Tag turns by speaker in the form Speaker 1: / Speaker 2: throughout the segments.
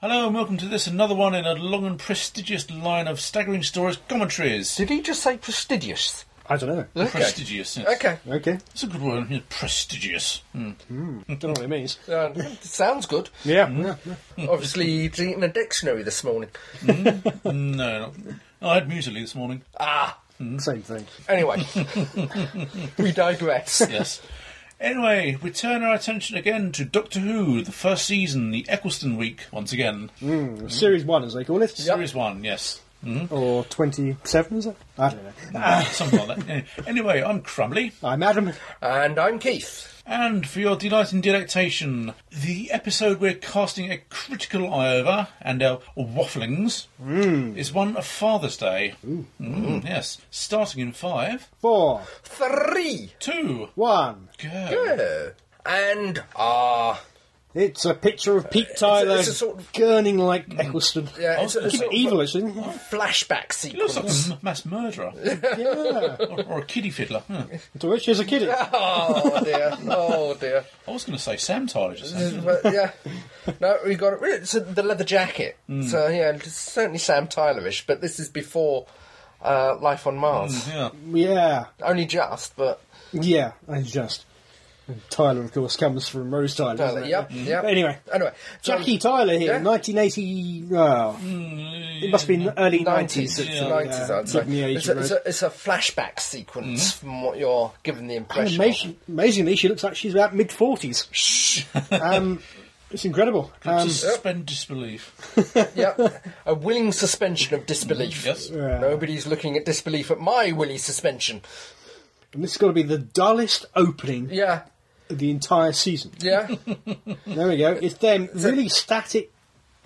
Speaker 1: Hello and welcome to this, another one in a long and prestigious line of staggering stories, commentaries.
Speaker 2: Did he just say prestigious?
Speaker 3: I don't know.
Speaker 1: Prestigious. yes.
Speaker 2: Okay.
Speaker 3: Okay.
Speaker 1: It's a good word. yeah, Prestigious. Hmm.
Speaker 3: Don't know what it means. Mm.
Speaker 2: Uh, sounds good.
Speaker 3: Yeah. yeah, yeah.
Speaker 2: Obviously, he's eaten a dictionary this morning.
Speaker 1: No, not. I had muesli this morning.
Speaker 2: Ah.
Speaker 3: Same thing.
Speaker 2: Anyway, we digress.
Speaker 1: Yes. Anyway, we turn our attention again to Doctor Who, the first season, the Eccleston week, once again.
Speaker 3: Mm. Series one, as they call it,
Speaker 1: Series 1, yes.
Speaker 2: Mm.
Speaker 3: or twenty-seven, is it? I don't know.
Speaker 1: Ah, Something like that. Anyway, I'm Crumbly,
Speaker 3: I'm Adam.
Speaker 2: And I'm Keith.
Speaker 1: and for your delight and delectation, the episode we're casting a critical eye over and our wafflings
Speaker 2: Hmm.
Speaker 1: is one of Father's Day. Mm, yes, starting in five,
Speaker 3: Four,
Speaker 2: Three.
Speaker 1: two,
Speaker 3: one.
Speaker 1: go.
Speaker 2: Uh, and ah.
Speaker 3: It's a picture of Pete Tyler
Speaker 2: it's a sort of- Mm.
Speaker 3: gurning like Eccleston.
Speaker 2: yeah, it's a,
Speaker 3: It's
Speaker 2: it's a
Speaker 3: evil, isn't it?
Speaker 2: Oh. flashback
Speaker 1: He looks like
Speaker 2: sequence.
Speaker 1: a m- mass murderer
Speaker 3: Yeah.
Speaker 1: or, or a kiddie fiddler. huh.
Speaker 3: to which is a kiddie.
Speaker 2: Oh dear. Oh dear.
Speaker 1: I was going to say Sam Tyler just now.
Speaker 2: but, yeah. No, we got it. It's uh, the leather jacket.
Speaker 1: Hmm.
Speaker 2: So yeah, it's certainly Sam Tylerish, but this is before uh, Life on Mars.
Speaker 1: Yeah.
Speaker 3: Yeah.
Speaker 2: Only just, but
Speaker 3: Yeah. I just. Tyler, of course, comes from Rose Tyler.
Speaker 2: Tyler,
Speaker 3: isn't it? Mm.
Speaker 2: yep, yep.
Speaker 3: Mm-hmm. But anyway,
Speaker 2: anyway, so-
Speaker 3: Jackie Tyler here,
Speaker 2: Yeah.
Speaker 3: 1980. Well, it must be in the early
Speaker 2: 90s,
Speaker 3: 90s.
Speaker 2: it's the 90s, I'd say.
Speaker 3: given the age
Speaker 2: It's a,
Speaker 3: of
Speaker 2: it's, a, it's a flashback sequence from what you're given the
Speaker 3: Rose.
Speaker 2: impression. of.
Speaker 3: Amazing, amazingly, she looks like she's about mid 40s. um, it's incredible. Um,
Speaker 1: Just suspend disbelief.
Speaker 2: Yep. A willing suspension of disbelief.
Speaker 1: Yes.
Speaker 3: Yeah.
Speaker 2: Nobody's looking at disbelief at my willy suspension.
Speaker 3: and this has got to be the dullest opening
Speaker 2: Yeah,
Speaker 3: of the entire season.
Speaker 2: yeah.
Speaker 3: There we go. It's them really static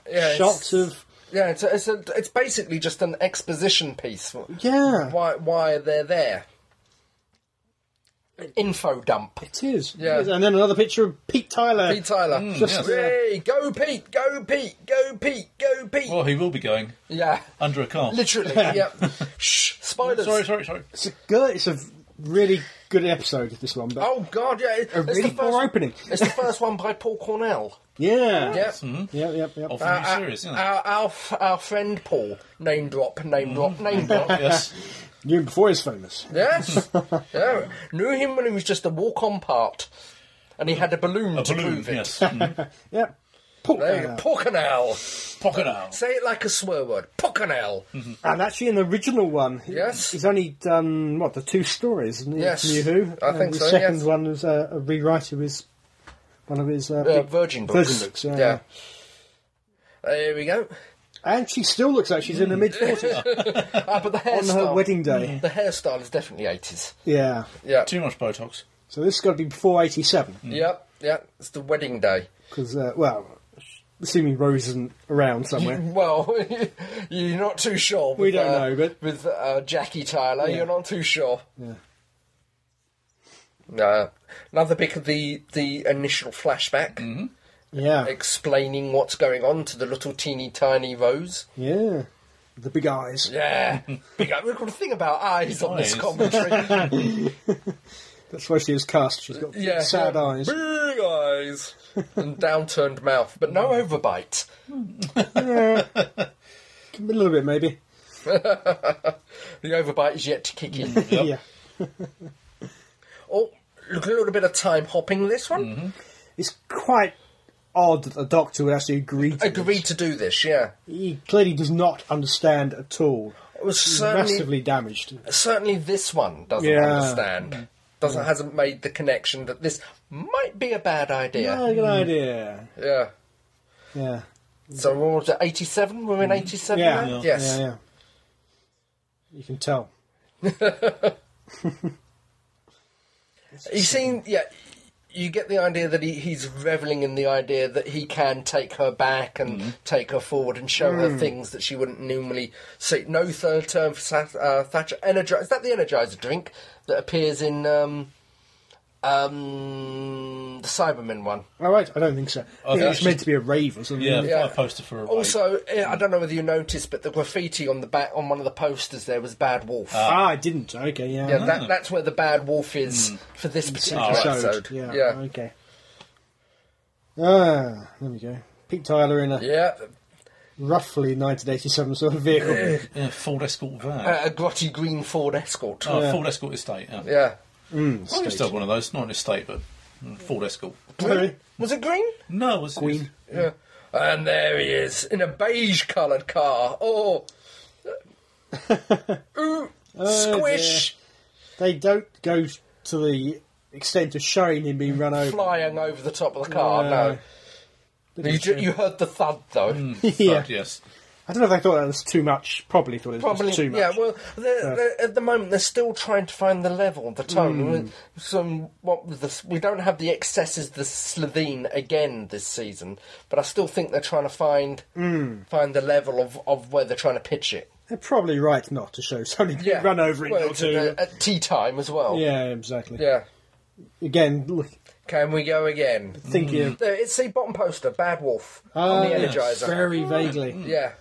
Speaker 2: yeah it's,
Speaker 3: shots of.
Speaker 2: Yeah, it's, a, it's, a, it's basically just an exposition piece.
Speaker 3: Yeah.
Speaker 2: Why, why they're there. Info dump.
Speaker 3: It is.
Speaker 2: Yeah.
Speaker 3: It is. And then another picture of Pete Tyler.
Speaker 2: Pete Tyler.
Speaker 3: Just, yes.
Speaker 2: Yay! Go Pete! Go Pete! Go Pete! Go Pete!
Speaker 1: Well, he will be going
Speaker 2: yeah.
Speaker 1: under a car.
Speaker 2: Literally, yep. Shh, spiders.
Speaker 1: Sorry, sorry, sorry.
Speaker 3: It's a good. It's a really good episode of this one. But
Speaker 2: Oh God, yeah, it-
Speaker 3: a
Speaker 2: it's
Speaker 3: really
Speaker 2: the
Speaker 3: poor
Speaker 2: first,
Speaker 3: opening.
Speaker 2: it's the first one by Paul Cornell.
Speaker 3: Yeah.
Speaker 2: Yep.
Speaker 3: Yeah. Yep. Yep.
Speaker 1: Of the
Speaker 2: Uh,
Speaker 1: new series, isn't it?
Speaker 2: Our, our f- our friend Paul, name drop, name drop,
Speaker 3: Hmm.
Speaker 2: name drop.
Speaker 1: yes.
Speaker 3: Knew him before he's famous.
Speaker 2: Yes, yeah. Knew him when he was just a walk-on part, and he had a balloon
Speaker 1: A
Speaker 2: to
Speaker 1: balloon,
Speaker 2: prove it.
Speaker 1: yes. Mm.
Speaker 3: Yep. Paul
Speaker 2: There you go.
Speaker 3: Cornell.
Speaker 2: Paul Cornell.
Speaker 1: Pocket out.
Speaker 2: Say it like a swear word. Paul Cornell.
Speaker 3: And actually, an original one. he-
Speaker 2: Yes.
Speaker 3: He's only done what the two stories. Isn't he,
Speaker 2: Yes.
Speaker 3: of New Who. Uh,
Speaker 2: I think
Speaker 3: the
Speaker 2: so,
Speaker 3: second
Speaker 2: yes.
Speaker 3: one was uh, a rewrite of his one of his uh,
Speaker 2: Uh,
Speaker 3: big-
Speaker 2: Virgin books.
Speaker 3: Virgin books, yeah.
Speaker 2: yeah. There we go.
Speaker 3: And she still looks like she's in her mid forties
Speaker 2: Ah, but the
Speaker 3: on
Speaker 2: hairstyle.
Speaker 3: her wedding day.
Speaker 2: The hairstyle is definitely eighties.
Speaker 3: Yeah.
Speaker 2: Yeah.
Speaker 1: Too much Botox.
Speaker 3: So this has got to be before eighty-seven.
Speaker 2: Yep. Yep. It's the wedding day.
Speaker 3: Because uh, well, assuming Rose isn't around somewhere.
Speaker 2: Well, you're not too sure. With,
Speaker 3: We don't
Speaker 2: uh,
Speaker 3: know, but-
Speaker 2: with uh, Jackie Tyler,
Speaker 3: Yeah.
Speaker 2: you're not too sure.
Speaker 3: Yeah.
Speaker 2: No, another bit of the the initial flashback,
Speaker 3: Mm-hmm. Yeah.
Speaker 2: explaining what's going on to the little teeny tiny Rose.
Speaker 3: Yeah. The big eyes.
Speaker 2: Yeah, big. eye- We've got a thing about eyes on this
Speaker 1: Eyes.
Speaker 2: commentary.
Speaker 3: That's why she is cast. She's got
Speaker 2: yeah,
Speaker 3: sad eyes.
Speaker 2: big eyes, and downturned mouth, but no
Speaker 3: Mm.
Speaker 2: overbite.
Speaker 3: Yeah. A little bit, maybe.
Speaker 2: The overbite is yet to kick in.
Speaker 3: Yeah.
Speaker 2: oh, look a little bit of time hopping this one.
Speaker 3: Mm-hmm. It's quite odd that the doctor would actually agree to
Speaker 2: Agreed
Speaker 3: this.
Speaker 2: to do this. Yeah,
Speaker 3: He clearly does not understand at all.
Speaker 2: it was
Speaker 3: He's
Speaker 2: certainly
Speaker 3: massively damaged.
Speaker 2: certainly this one doesn't
Speaker 3: Yeah.
Speaker 2: understand. Doesn't hasn't made the connection that this might be a bad
Speaker 3: Yeah,
Speaker 2: idea.
Speaker 3: Ah, good idea.
Speaker 2: Yeah.
Speaker 3: Yeah.
Speaker 2: So we're all at eighty-seven. We're in eighty-seven.
Speaker 3: Mm. Yeah.
Speaker 2: now? Yes.
Speaker 3: Yeah, yeah. You can tell.
Speaker 2: You seen? Yeah. You get the idea that he, he's reveling in the idea that he can take her back and
Speaker 3: Mm.
Speaker 2: take her forward and show her things that she wouldn't normally see. No third term for Sa- uh, Thatcher. Energize. Is that the Energizer drink that appears in um, um, the Cybermen one?
Speaker 3: All right, I don't think so. I think
Speaker 1: Okay.
Speaker 3: it's meant to be a rave or something.
Speaker 1: Yeah,
Speaker 3: isn't it?
Speaker 2: Oh, Mm. Yeah.
Speaker 1: quite a poster for a rave.
Speaker 2: Also, eh, I don't know whether you noticed, but the graffiti on the back on one of the posters there was "Bad Wolf."
Speaker 3: Ah, I didn't. Okay, yeah.
Speaker 2: yeah, that, that's where the Bad Wolf is for this particular
Speaker 3: episode.
Speaker 2: episode.
Speaker 3: Yeah,
Speaker 2: yeah,
Speaker 3: Okay. Ah, there we go. Pete Tyler in a
Speaker 2: yeah.
Speaker 3: roughly 1987 sort of vehicle.
Speaker 1: Yeah, Ford Escort van.
Speaker 2: A, a grotty green Ford Escort.
Speaker 1: oh, Ford Escort Estate. Yeah.
Speaker 2: Uh, Yeah.
Speaker 1: I used to have one of those, not an estate, but mm, Ford Escort.
Speaker 3: Very-
Speaker 2: Was it green?
Speaker 1: No, it was
Speaker 3: Queen.
Speaker 2: Yeah. And there he is in a beige coloured car. Oh. Ooh. squish.
Speaker 3: They don't go to the extent of showing him being run over. Uh,
Speaker 2: Flying over the top of the car.
Speaker 3: No.
Speaker 2: no. You, ju- you heard the thud though.
Speaker 1: Yeah.
Speaker 3: yeah.
Speaker 1: yes.
Speaker 3: I don't know if they thought that was too much. Probably thought it was
Speaker 2: Probably,
Speaker 3: too much.
Speaker 2: yeah. Well, they're, they're- at the moment they're still trying to find the level, the
Speaker 3: Hmm.
Speaker 2: tone. Some what was this? We don't have the excesses of the Slovene again this season, but I still think they're trying to find
Speaker 3: Hmm.
Speaker 2: find the level of, of where they're trying to pitch it.
Speaker 3: They're probably right not to show somebody being run over in
Speaker 2: Well,
Speaker 3: or
Speaker 2: it's
Speaker 3: two.
Speaker 2: At, at tea time as well.
Speaker 3: Yeah, exactly.
Speaker 2: Yeah.
Speaker 3: Again, look,
Speaker 2: Can we go again?
Speaker 3: thinking of
Speaker 2: There, it's the bottom poster, Bad Wolf on
Speaker 3: Ah,
Speaker 2: the
Speaker 3: yes,
Speaker 2: Energizer. Mm.
Speaker 3: very vaguely.
Speaker 2: Yeah.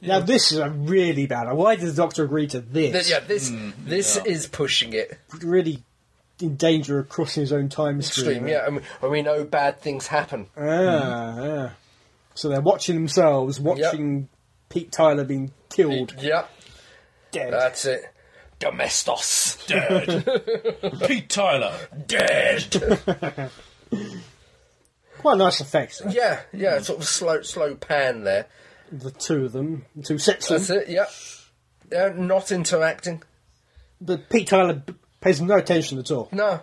Speaker 3: Now this is a really bad. one. Why did the doctor agree to
Speaker 2: Th-
Speaker 3: this?
Speaker 2: yeah, this
Speaker 3: Hmm.
Speaker 2: this is pushing it
Speaker 3: Really in danger of crossing his own time
Speaker 2: extreme.
Speaker 3: stream.
Speaker 2: Yeah, and we, and we know bad things happen.
Speaker 3: Ah, yeah. So they're watching themselves, watching Pete Tyler being killed,
Speaker 2: Yeah,
Speaker 3: dead.
Speaker 2: that's it. Domestos
Speaker 1: Dead. Pete Tyler.
Speaker 2: dead.
Speaker 3: Quite a nice effect. though.
Speaker 2: yeah, yeah, sort of slow, slow pan there.
Speaker 3: The two of them, the two sets of
Speaker 2: That's
Speaker 3: them.
Speaker 2: it. Yeah, yeah, not interacting.
Speaker 3: But Pete Tyler b- pays no attention at all.
Speaker 2: No,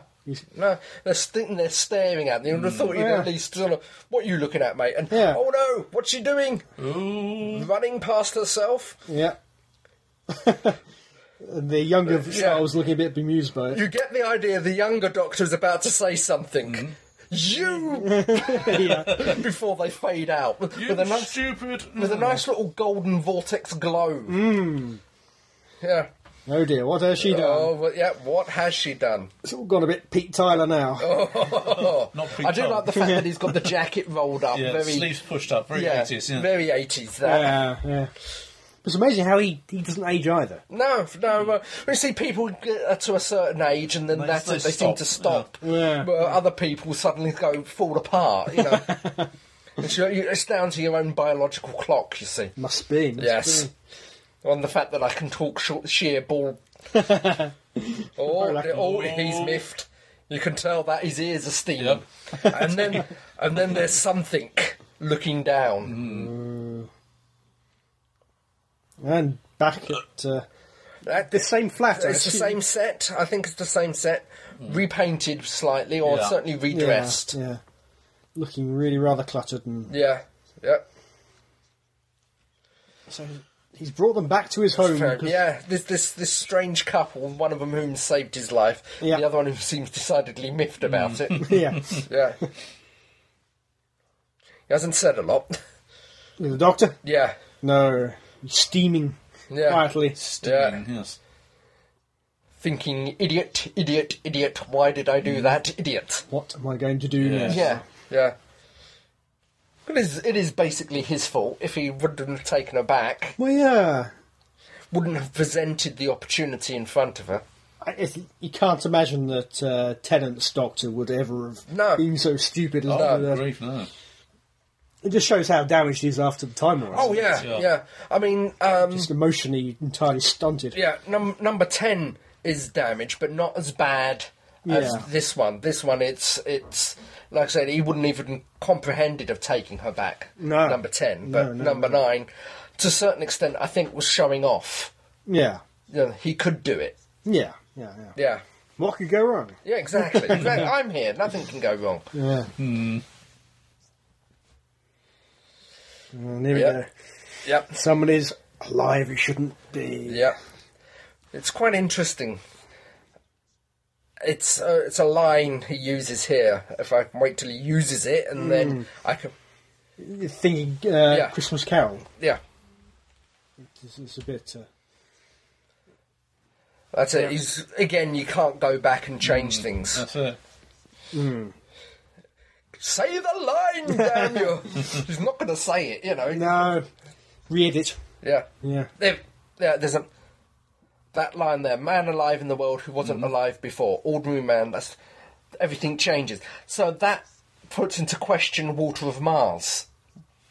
Speaker 2: no, they're sitting there staring at me. I would have thought you'd
Speaker 3: Mm, Yeah.
Speaker 2: at least sort of, what are you looking at, mate? And
Speaker 3: Yeah.
Speaker 2: oh no, what's she doing?
Speaker 1: Ooh.
Speaker 2: Running past herself.
Speaker 3: Yeah. and the younger Charles looking a bit bemused by it.
Speaker 2: You get the idea. The younger doctor is about to say something.
Speaker 1: Mm-hmm.
Speaker 2: You
Speaker 3: yeah.
Speaker 2: before they fade out with,
Speaker 1: You
Speaker 2: with a nice
Speaker 1: stupid.
Speaker 2: with a nice little golden vortex glow.
Speaker 3: Mm.
Speaker 2: Yeah.
Speaker 3: Oh dear, what has she done?
Speaker 2: Oh, well, yeah. What has she done?
Speaker 3: It's all gone a bit Pete Tyler now.
Speaker 2: Oh.
Speaker 1: Not Pete
Speaker 2: I do
Speaker 1: Tyler.
Speaker 2: like the fact that he's got the jacket rolled up.
Speaker 1: yeah,
Speaker 2: very,
Speaker 1: sleeves pushed up. Very
Speaker 2: yeah,
Speaker 1: 80s. Yeah.
Speaker 2: very eighties. That.
Speaker 3: Yeah, yeah. It's amazing how he, he doesn't age either.
Speaker 2: No, no. Well, we see people get uh, to a certain age, and then
Speaker 1: They-
Speaker 2: that's
Speaker 1: they
Speaker 2: it. They seem
Speaker 1: stop.
Speaker 2: to stop.
Speaker 3: Yeah.
Speaker 2: Well, other people suddenly go fall apart. You know, it's, your- you- it's down to your own biological clock. You see.
Speaker 3: Must be. must
Speaker 2: Yes.
Speaker 3: be.
Speaker 2: Hmm. On the fact that I can talk short, sheer ball. oh,
Speaker 3: like-
Speaker 2: oh, he's miffed. You can tell that his ears are steaming. and then, and then there's something looking down.
Speaker 3: And back at uh,
Speaker 2: That-
Speaker 3: the same flat. I
Speaker 2: it's the same
Speaker 3: assume.
Speaker 2: set. I think it's the same set, repainted slightly, or
Speaker 1: Yeah.
Speaker 2: certainly
Speaker 3: Yeah,
Speaker 2: redressed.
Speaker 3: Yeah, Looking really rather cluttered, and
Speaker 2: Yeah, yeah,
Speaker 3: so he's brought them back to his home.
Speaker 2: yeah.
Speaker 3: 'cause-
Speaker 2: This this this strange couple. One of them whom saved his life.
Speaker 3: Yeah.
Speaker 2: The other one who seems decidedly miffed about it.
Speaker 3: yeah.
Speaker 2: Yeah. He hasn't said a lot.
Speaker 3: The doctor?
Speaker 2: Yeah.
Speaker 3: No, he's steaming
Speaker 2: Yeah.
Speaker 3: quietly.
Speaker 1: Stinging, yes.
Speaker 2: Thinking, idiot, idiot, idiot. Why did I do that, idiot?
Speaker 3: What am I going to do
Speaker 1: Yeah.
Speaker 3: now?
Speaker 2: Yeah. Yeah. It is, it is basically his fault. If he wouldn't have taken her back,
Speaker 3: Well, yeah.
Speaker 2: wouldn't have presented the opportunity in front of her.
Speaker 3: I, if, you can't imagine that uh, Tennant's doctor would ever have
Speaker 2: No.
Speaker 3: been so stupid as
Speaker 2: Uh,
Speaker 1: Oh,
Speaker 3: to do that.
Speaker 1: grief, no.
Speaker 3: It just shows how damaged he is after the time war.
Speaker 2: Oh,
Speaker 3: isn't
Speaker 2: yeah,
Speaker 3: it?
Speaker 1: Yeah.
Speaker 2: yeah. I mean, um,
Speaker 3: Just emotionally entirely stunted.
Speaker 2: yeah, num- number 10 is damaged, but not as bad as
Speaker 3: Yeah.
Speaker 2: this one. This one, it's, it's like I said, he wouldn't even comprehended of taking her back.
Speaker 3: No.
Speaker 2: Number 10. But
Speaker 3: No, no,
Speaker 2: number 9, to a certain extent, I think was showing off.
Speaker 3: Yeah.
Speaker 2: You know, he could do it.
Speaker 3: Yeah. Yeah. yeah.
Speaker 2: Yeah.
Speaker 3: What could go wrong?
Speaker 2: Yeah, exactly. exactly. I'm here. Nothing can go wrong.
Speaker 3: Yeah. Hmm. And here we
Speaker 2: Yeah.
Speaker 3: go.
Speaker 2: Yep.
Speaker 3: Somebody's alive who shouldn't be.
Speaker 2: Yep. It's quite interesting. It's a, it's a line he uses here. If I can wait till he uses it, and
Speaker 3: Mm.
Speaker 2: then I can.
Speaker 3: You're Thinking uh, Christmas Carol.
Speaker 2: Yeah,
Speaker 3: It's, it's a bit. Uh,
Speaker 2: that's it. He's again. You can't go back and
Speaker 3: Mm.
Speaker 2: change things.
Speaker 1: That's uh, it.
Speaker 2: Say the line, damn you! He's not going to say it, you know.
Speaker 3: no. Read it.
Speaker 2: Yeah.
Speaker 3: Yeah.
Speaker 2: There, yeah, there's a that line there. Man alive in the world who wasn't
Speaker 3: Mm-hmm.
Speaker 2: alive before. Ordinary man. That's everything changes. So that puts into question Walter of Mars.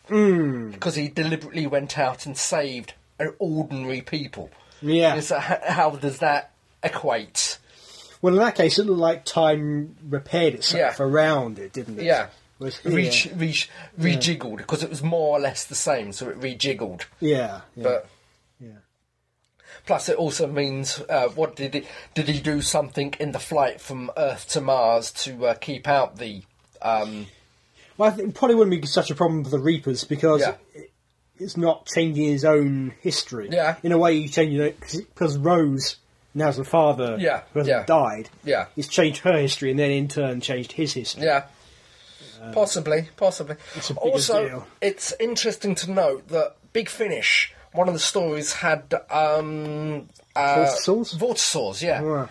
Speaker 3: Mm.
Speaker 2: because he deliberately went out and saved uh, ordinary people.
Speaker 3: Yeah.
Speaker 2: It's, uh, h- how does that equate?
Speaker 3: Well, in that case, it looked like time repaired itself
Speaker 2: Yeah.
Speaker 3: around it, didn't it?
Speaker 2: Yeah.
Speaker 3: Whereas here-
Speaker 2: Re- re- rejiggled because it was more or less the same, so it rejiggled.
Speaker 3: yeah, yeah,
Speaker 2: But
Speaker 3: yeah.
Speaker 2: plus, it also means uh, what did he did he do something in the flight from Earth to Mars to uh, keep out the um,
Speaker 3: Well, I think it probably wouldn't be such a problem for the Reapers because
Speaker 2: Yeah.
Speaker 3: it, it's not changing his own history.
Speaker 2: Yeah.
Speaker 3: In a way, you change it because Rose now has a father
Speaker 2: Yeah,
Speaker 3: who has
Speaker 2: yeah.
Speaker 3: died.
Speaker 2: Yeah.
Speaker 3: He's changed her history and then in turn changed his history.
Speaker 2: Yeah. Uh, possibly, possibly.
Speaker 3: It's a bigger
Speaker 2: also,
Speaker 3: deal.
Speaker 2: it's interesting to note that Big Finish, one of the stories had um uh,
Speaker 3: Vortisaurs?
Speaker 2: Vortisaurs, yeah.
Speaker 3: Right.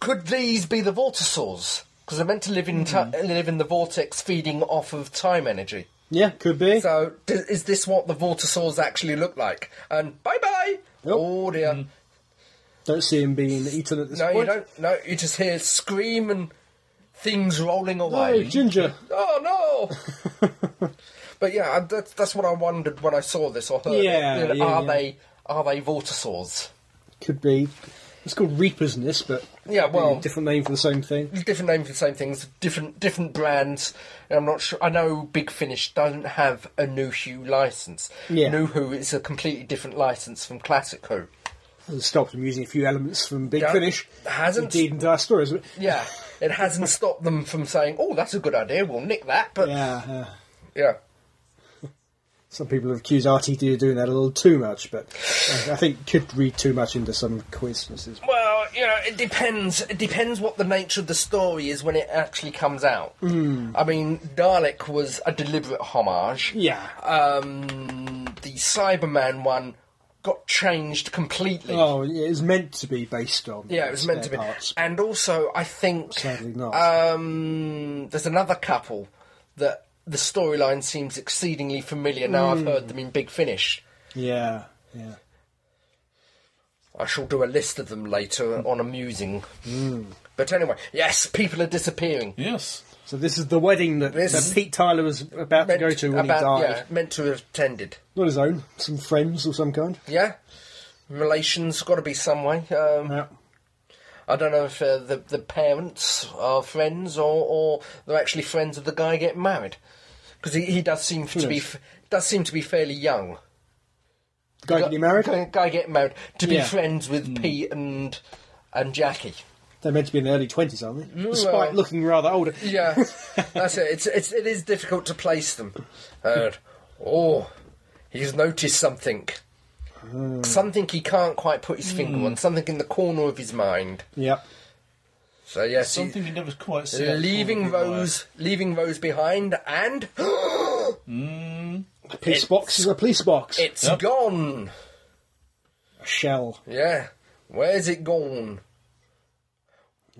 Speaker 2: Could these be the Vortisaurs? Because they're meant to live in
Speaker 3: Hmm.
Speaker 2: ti- live in the vortex, feeding off of time energy.
Speaker 3: Yeah, could be.
Speaker 2: So, d- is this what the Vortisaurs actually look like? And bye bye. Oh dear!
Speaker 3: Hmm. Don't see him being eaten at this
Speaker 2: No, you
Speaker 3: point.
Speaker 2: don't. No, you just hear scream and things rolling
Speaker 3: Oh,
Speaker 2: away.
Speaker 3: Ginger.
Speaker 2: Oh no! but yeah, I- that's that's what I wondered when I saw this or heard. it.
Speaker 3: Yeah,
Speaker 2: You know,
Speaker 3: yeah,
Speaker 2: are
Speaker 3: yeah.
Speaker 2: they are they Vortisaurs?
Speaker 3: Could be. It's called Reapers in this, but
Speaker 2: Yeah, well-
Speaker 3: different name for the same thing.
Speaker 2: Different name for the same things, different different brands. and I'm not sure. I know Big Finish doesn't have a New Who license.
Speaker 3: Yeah.
Speaker 2: New Who is a completely different license from Classic Who.
Speaker 3: Hasn't stopped him using a few elements from Big
Speaker 2: Yeah.
Speaker 3: Finish.
Speaker 2: Hasn't.
Speaker 3: Indeed, into our stories. but-
Speaker 2: Yeah, it hasn't stopped them from saying, "Oh, that's a good idea. We'll nick that." But yeah,
Speaker 3: Yeah, yeah. Some people have accused RTD of doing that a little too much, but I I think could read too much into some coincidences.
Speaker 2: Well, you know, it depends. It depends what the nature of the story is when it actually comes out. I mean, Dalek was a deliberate homage.
Speaker 3: Hmm. Yeah.
Speaker 2: Um, the Cyberman one got changed completely.
Speaker 3: Oh, yeah, it was meant to be based on.
Speaker 2: Yeah, it was meant to be.
Speaker 3: spare parts.
Speaker 2: And also, I think
Speaker 3: Sadly not.
Speaker 2: Um, there's another couple that the storyline seems exceedingly familiar. Now I've heard
Speaker 3: Hmm.
Speaker 2: them in Big Finish.
Speaker 3: Yeah, yeah.
Speaker 2: I shall do a list of them later
Speaker 3: Hmm.
Speaker 2: on amusing. But anyway, yes, people are disappearing.
Speaker 1: Yes.
Speaker 3: So this is the wedding that,
Speaker 2: This
Speaker 3: that
Speaker 2: is-
Speaker 3: Pete Tyler was about to go to when he
Speaker 2: about-
Speaker 3: died.
Speaker 2: yeah, meant to have attended.
Speaker 3: Not his own, some friends of some kind.
Speaker 2: Yeah, relations got to be some way. Um,
Speaker 3: Yeah.
Speaker 2: I don't know if uh, the the parents are friends or, or they're actually friends of the guy getting married because he, he does seem to be
Speaker 3: Hmm.
Speaker 2: f- does seem to be fairly young.
Speaker 3: Guy getting married.
Speaker 2: Guy, guy getting married to be
Speaker 3: Yeah. Hmm.
Speaker 2: friends with Pete and and Jackie.
Speaker 3: They're meant to be in their early twenties, aren't they?
Speaker 2: Mm,
Speaker 3: Despite
Speaker 2: well-
Speaker 3: looking rather older.
Speaker 2: Yeah, that's it. It's, it's it is difficult to place them. Uh, oh, he's noticed something.
Speaker 3: Hmm.
Speaker 2: Something he can't quite put his finger on, something in the corner of his mind.
Speaker 3: Yeah.
Speaker 2: So yes, he-
Speaker 1: Something you never quite see.
Speaker 2: leaving
Speaker 1: Probably right.
Speaker 2: Rose, leaving Rose behind, and
Speaker 3: A police box is a police box.
Speaker 2: it's
Speaker 1: Yep.
Speaker 2: gone.
Speaker 3: a shell.
Speaker 2: Yeah, where's it gone?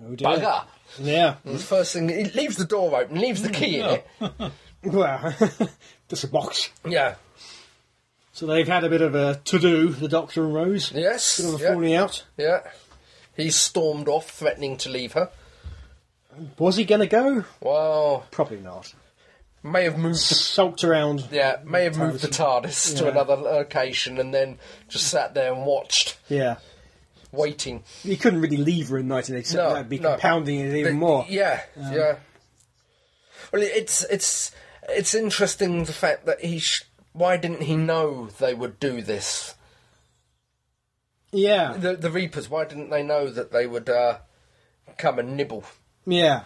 Speaker 3: Oh dear.
Speaker 2: Bugger!
Speaker 3: Yeah.
Speaker 2: The first thing, it leaves the door open, leaves the key in it.
Speaker 3: Well, just a box.
Speaker 2: Yeah.
Speaker 3: So they've had a bit of a to do, the Doctor and Rose.
Speaker 2: Yes.
Speaker 3: Bit of a
Speaker 2: Yeah.
Speaker 3: falling out.
Speaker 2: yeah. He stormed off, threatening to leave her.
Speaker 3: Was he going to go?
Speaker 2: Well,
Speaker 3: Probably not.
Speaker 2: may have moved the
Speaker 3: Sulked around.
Speaker 2: Yeah, may have moved the TARDIS to
Speaker 3: Yeah.
Speaker 2: another location and then just sat there and watched,
Speaker 3: Yeah.
Speaker 2: waiting.
Speaker 3: He couldn't really leave her in 1987.
Speaker 2: No,
Speaker 3: That'd be
Speaker 2: no.
Speaker 3: compounding it even
Speaker 2: But-
Speaker 3: more. Um,
Speaker 2: Yeah, yeah. Well, it- it's it's it's interesting the fact that he. Sh- why didn't he know they would do this?
Speaker 3: Yeah.
Speaker 2: The the Reapers. Why didn't they know that they would uh, come and nibble?
Speaker 3: Yeah.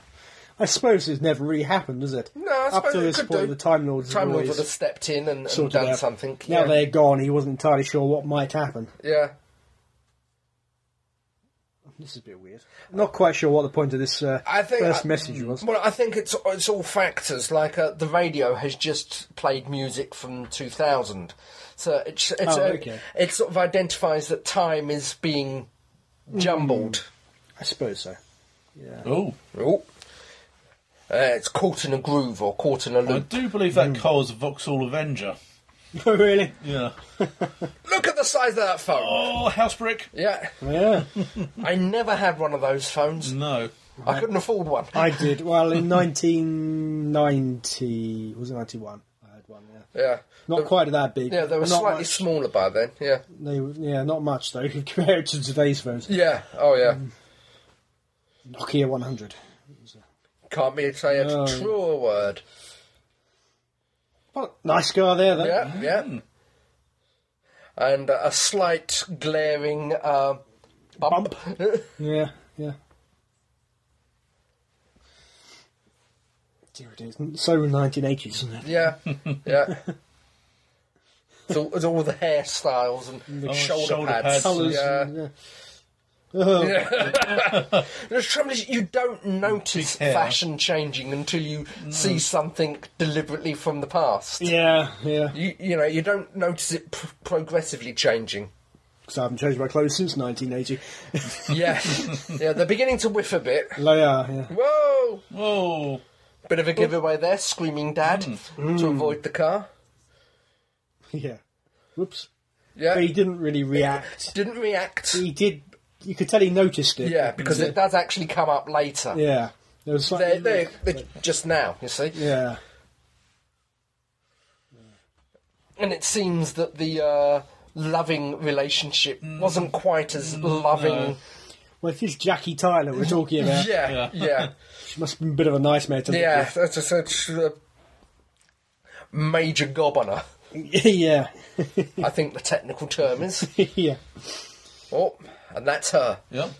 Speaker 3: I suppose it's never really happened, has it?
Speaker 2: No, I
Speaker 3: Up
Speaker 2: suppose
Speaker 3: to
Speaker 2: it
Speaker 3: this
Speaker 2: could
Speaker 3: point,
Speaker 2: do.
Speaker 3: the Time Lords,
Speaker 2: Time
Speaker 3: have
Speaker 2: Lords
Speaker 3: always
Speaker 2: would have stepped in and, and
Speaker 3: sorted
Speaker 2: done
Speaker 3: out.
Speaker 2: something.
Speaker 3: Now
Speaker 2: yeah.
Speaker 3: they're gone. He wasn't entirely sure what might happen.
Speaker 2: yeah.
Speaker 3: This is a bit weird. Not quite sure what the point of this uh,
Speaker 2: I think
Speaker 3: first
Speaker 2: I-
Speaker 3: message was.
Speaker 2: Well, I think it's it's all factors. Like uh, the radio has just played music from 2000, so it's it's
Speaker 3: Oh,
Speaker 2: uh,
Speaker 3: okay.
Speaker 2: it sort of identifies that time is being
Speaker 3: Hmm.
Speaker 2: jumbled.
Speaker 3: I suppose so.
Speaker 1: Oh,
Speaker 2: Oh. Uh, it's caught in a groove or caught in a
Speaker 1: I
Speaker 2: loop.
Speaker 1: do believe that car is a Vauxhall Avenger.
Speaker 3: Oh, really?
Speaker 1: Yeah.
Speaker 2: Look at the size of that phone.
Speaker 1: Oh, house brick.
Speaker 2: Yeah,
Speaker 3: Yeah.
Speaker 2: I never had one of those phones.
Speaker 1: No.
Speaker 3: Hmm.
Speaker 2: I couldn't afford one.
Speaker 3: I did. Well, in 1990, was it 91? I had one. Yeah,
Speaker 2: Yeah.
Speaker 3: not
Speaker 2: But-
Speaker 3: quite that big.
Speaker 2: Yeah, they were
Speaker 3: but not
Speaker 2: slightly
Speaker 3: much-
Speaker 2: smaller by then. Yeah.
Speaker 3: They were- yeah, not much though compared to today's phones.
Speaker 2: Yeah. Oh, yeah.
Speaker 3: Hmm. Nokia 100.
Speaker 2: Can't be say
Speaker 3: No.
Speaker 2: a truer word.
Speaker 3: Well, nice car there. Though.
Speaker 2: Yeah,
Speaker 1: Mm.
Speaker 2: yeah. And uh, a slight glaring uh, bump.
Speaker 3: Yeah, yeah. Dear it is. So 1980s, isn't it?
Speaker 2: yeah, yeah. It's all, it's all the hairstyles and
Speaker 1: Oh,
Speaker 2: shoulder,
Speaker 1: shoulder
Speaker 2: pads.
Speaker 1: pads.
Speaker 3: Colours.
Speaker 2: Yeah.
Speaker 3: and- yeah. Oh,
Speaker 2: The trouble is, you don't notice
Speaker 1: Big hair.
Speaker 2: fashion changing until you see something deliberately from the past.
Speaker 3: yeah, yeah.
Speaker 2: You, you know, you don't notice it pr- progressively changing.
Speaker 3: Because I haven't changed my clothes since 1980.
Speaker 2: Yeah, yeah, they're beginning to whiff a bit.
Speaker 3: they are, yeah.
Speaker 2: Whoa!
Speaker 1: Whoa!
Speaker 2: Bit of a giveaway there, screaming dad
Speaker 1: Mm.
Speaker 2: to avoid the car.
Speaker 3: Yeah. Whoops.
Speaker 2: Yeah,
Speaker 3: But he didn't really react.
Speaker 2: didn't react.
Speaker 3: He did. You could tell he noticed it.
Speaker 2: Yeah, because it does actually come up later.
Speaker 3: Yeah. There was
Speaker 2: They're,
Speaker 3: slightly.
Speaker 2: they're, they're just now, you see.
Speaker 3: yeah.
Speaker 2: And it seems that the uh, loving relationship wasn't quite as loving.
Speaker 3: Well, if this Jackie Tyler we're talking about,
Speaker 2: Yeah, yeah, yeah.
Speaker 3: she must have been a bit of a nightmare to
Speaker 2: yeah. That's a such a major gob on her.
Speaker 3: live with. yeah.
Speaker 2: I think the technical term is.
Speaker 3: yeah.
Speaker 2: Oh, and that's her.
Speaker 1: Yep.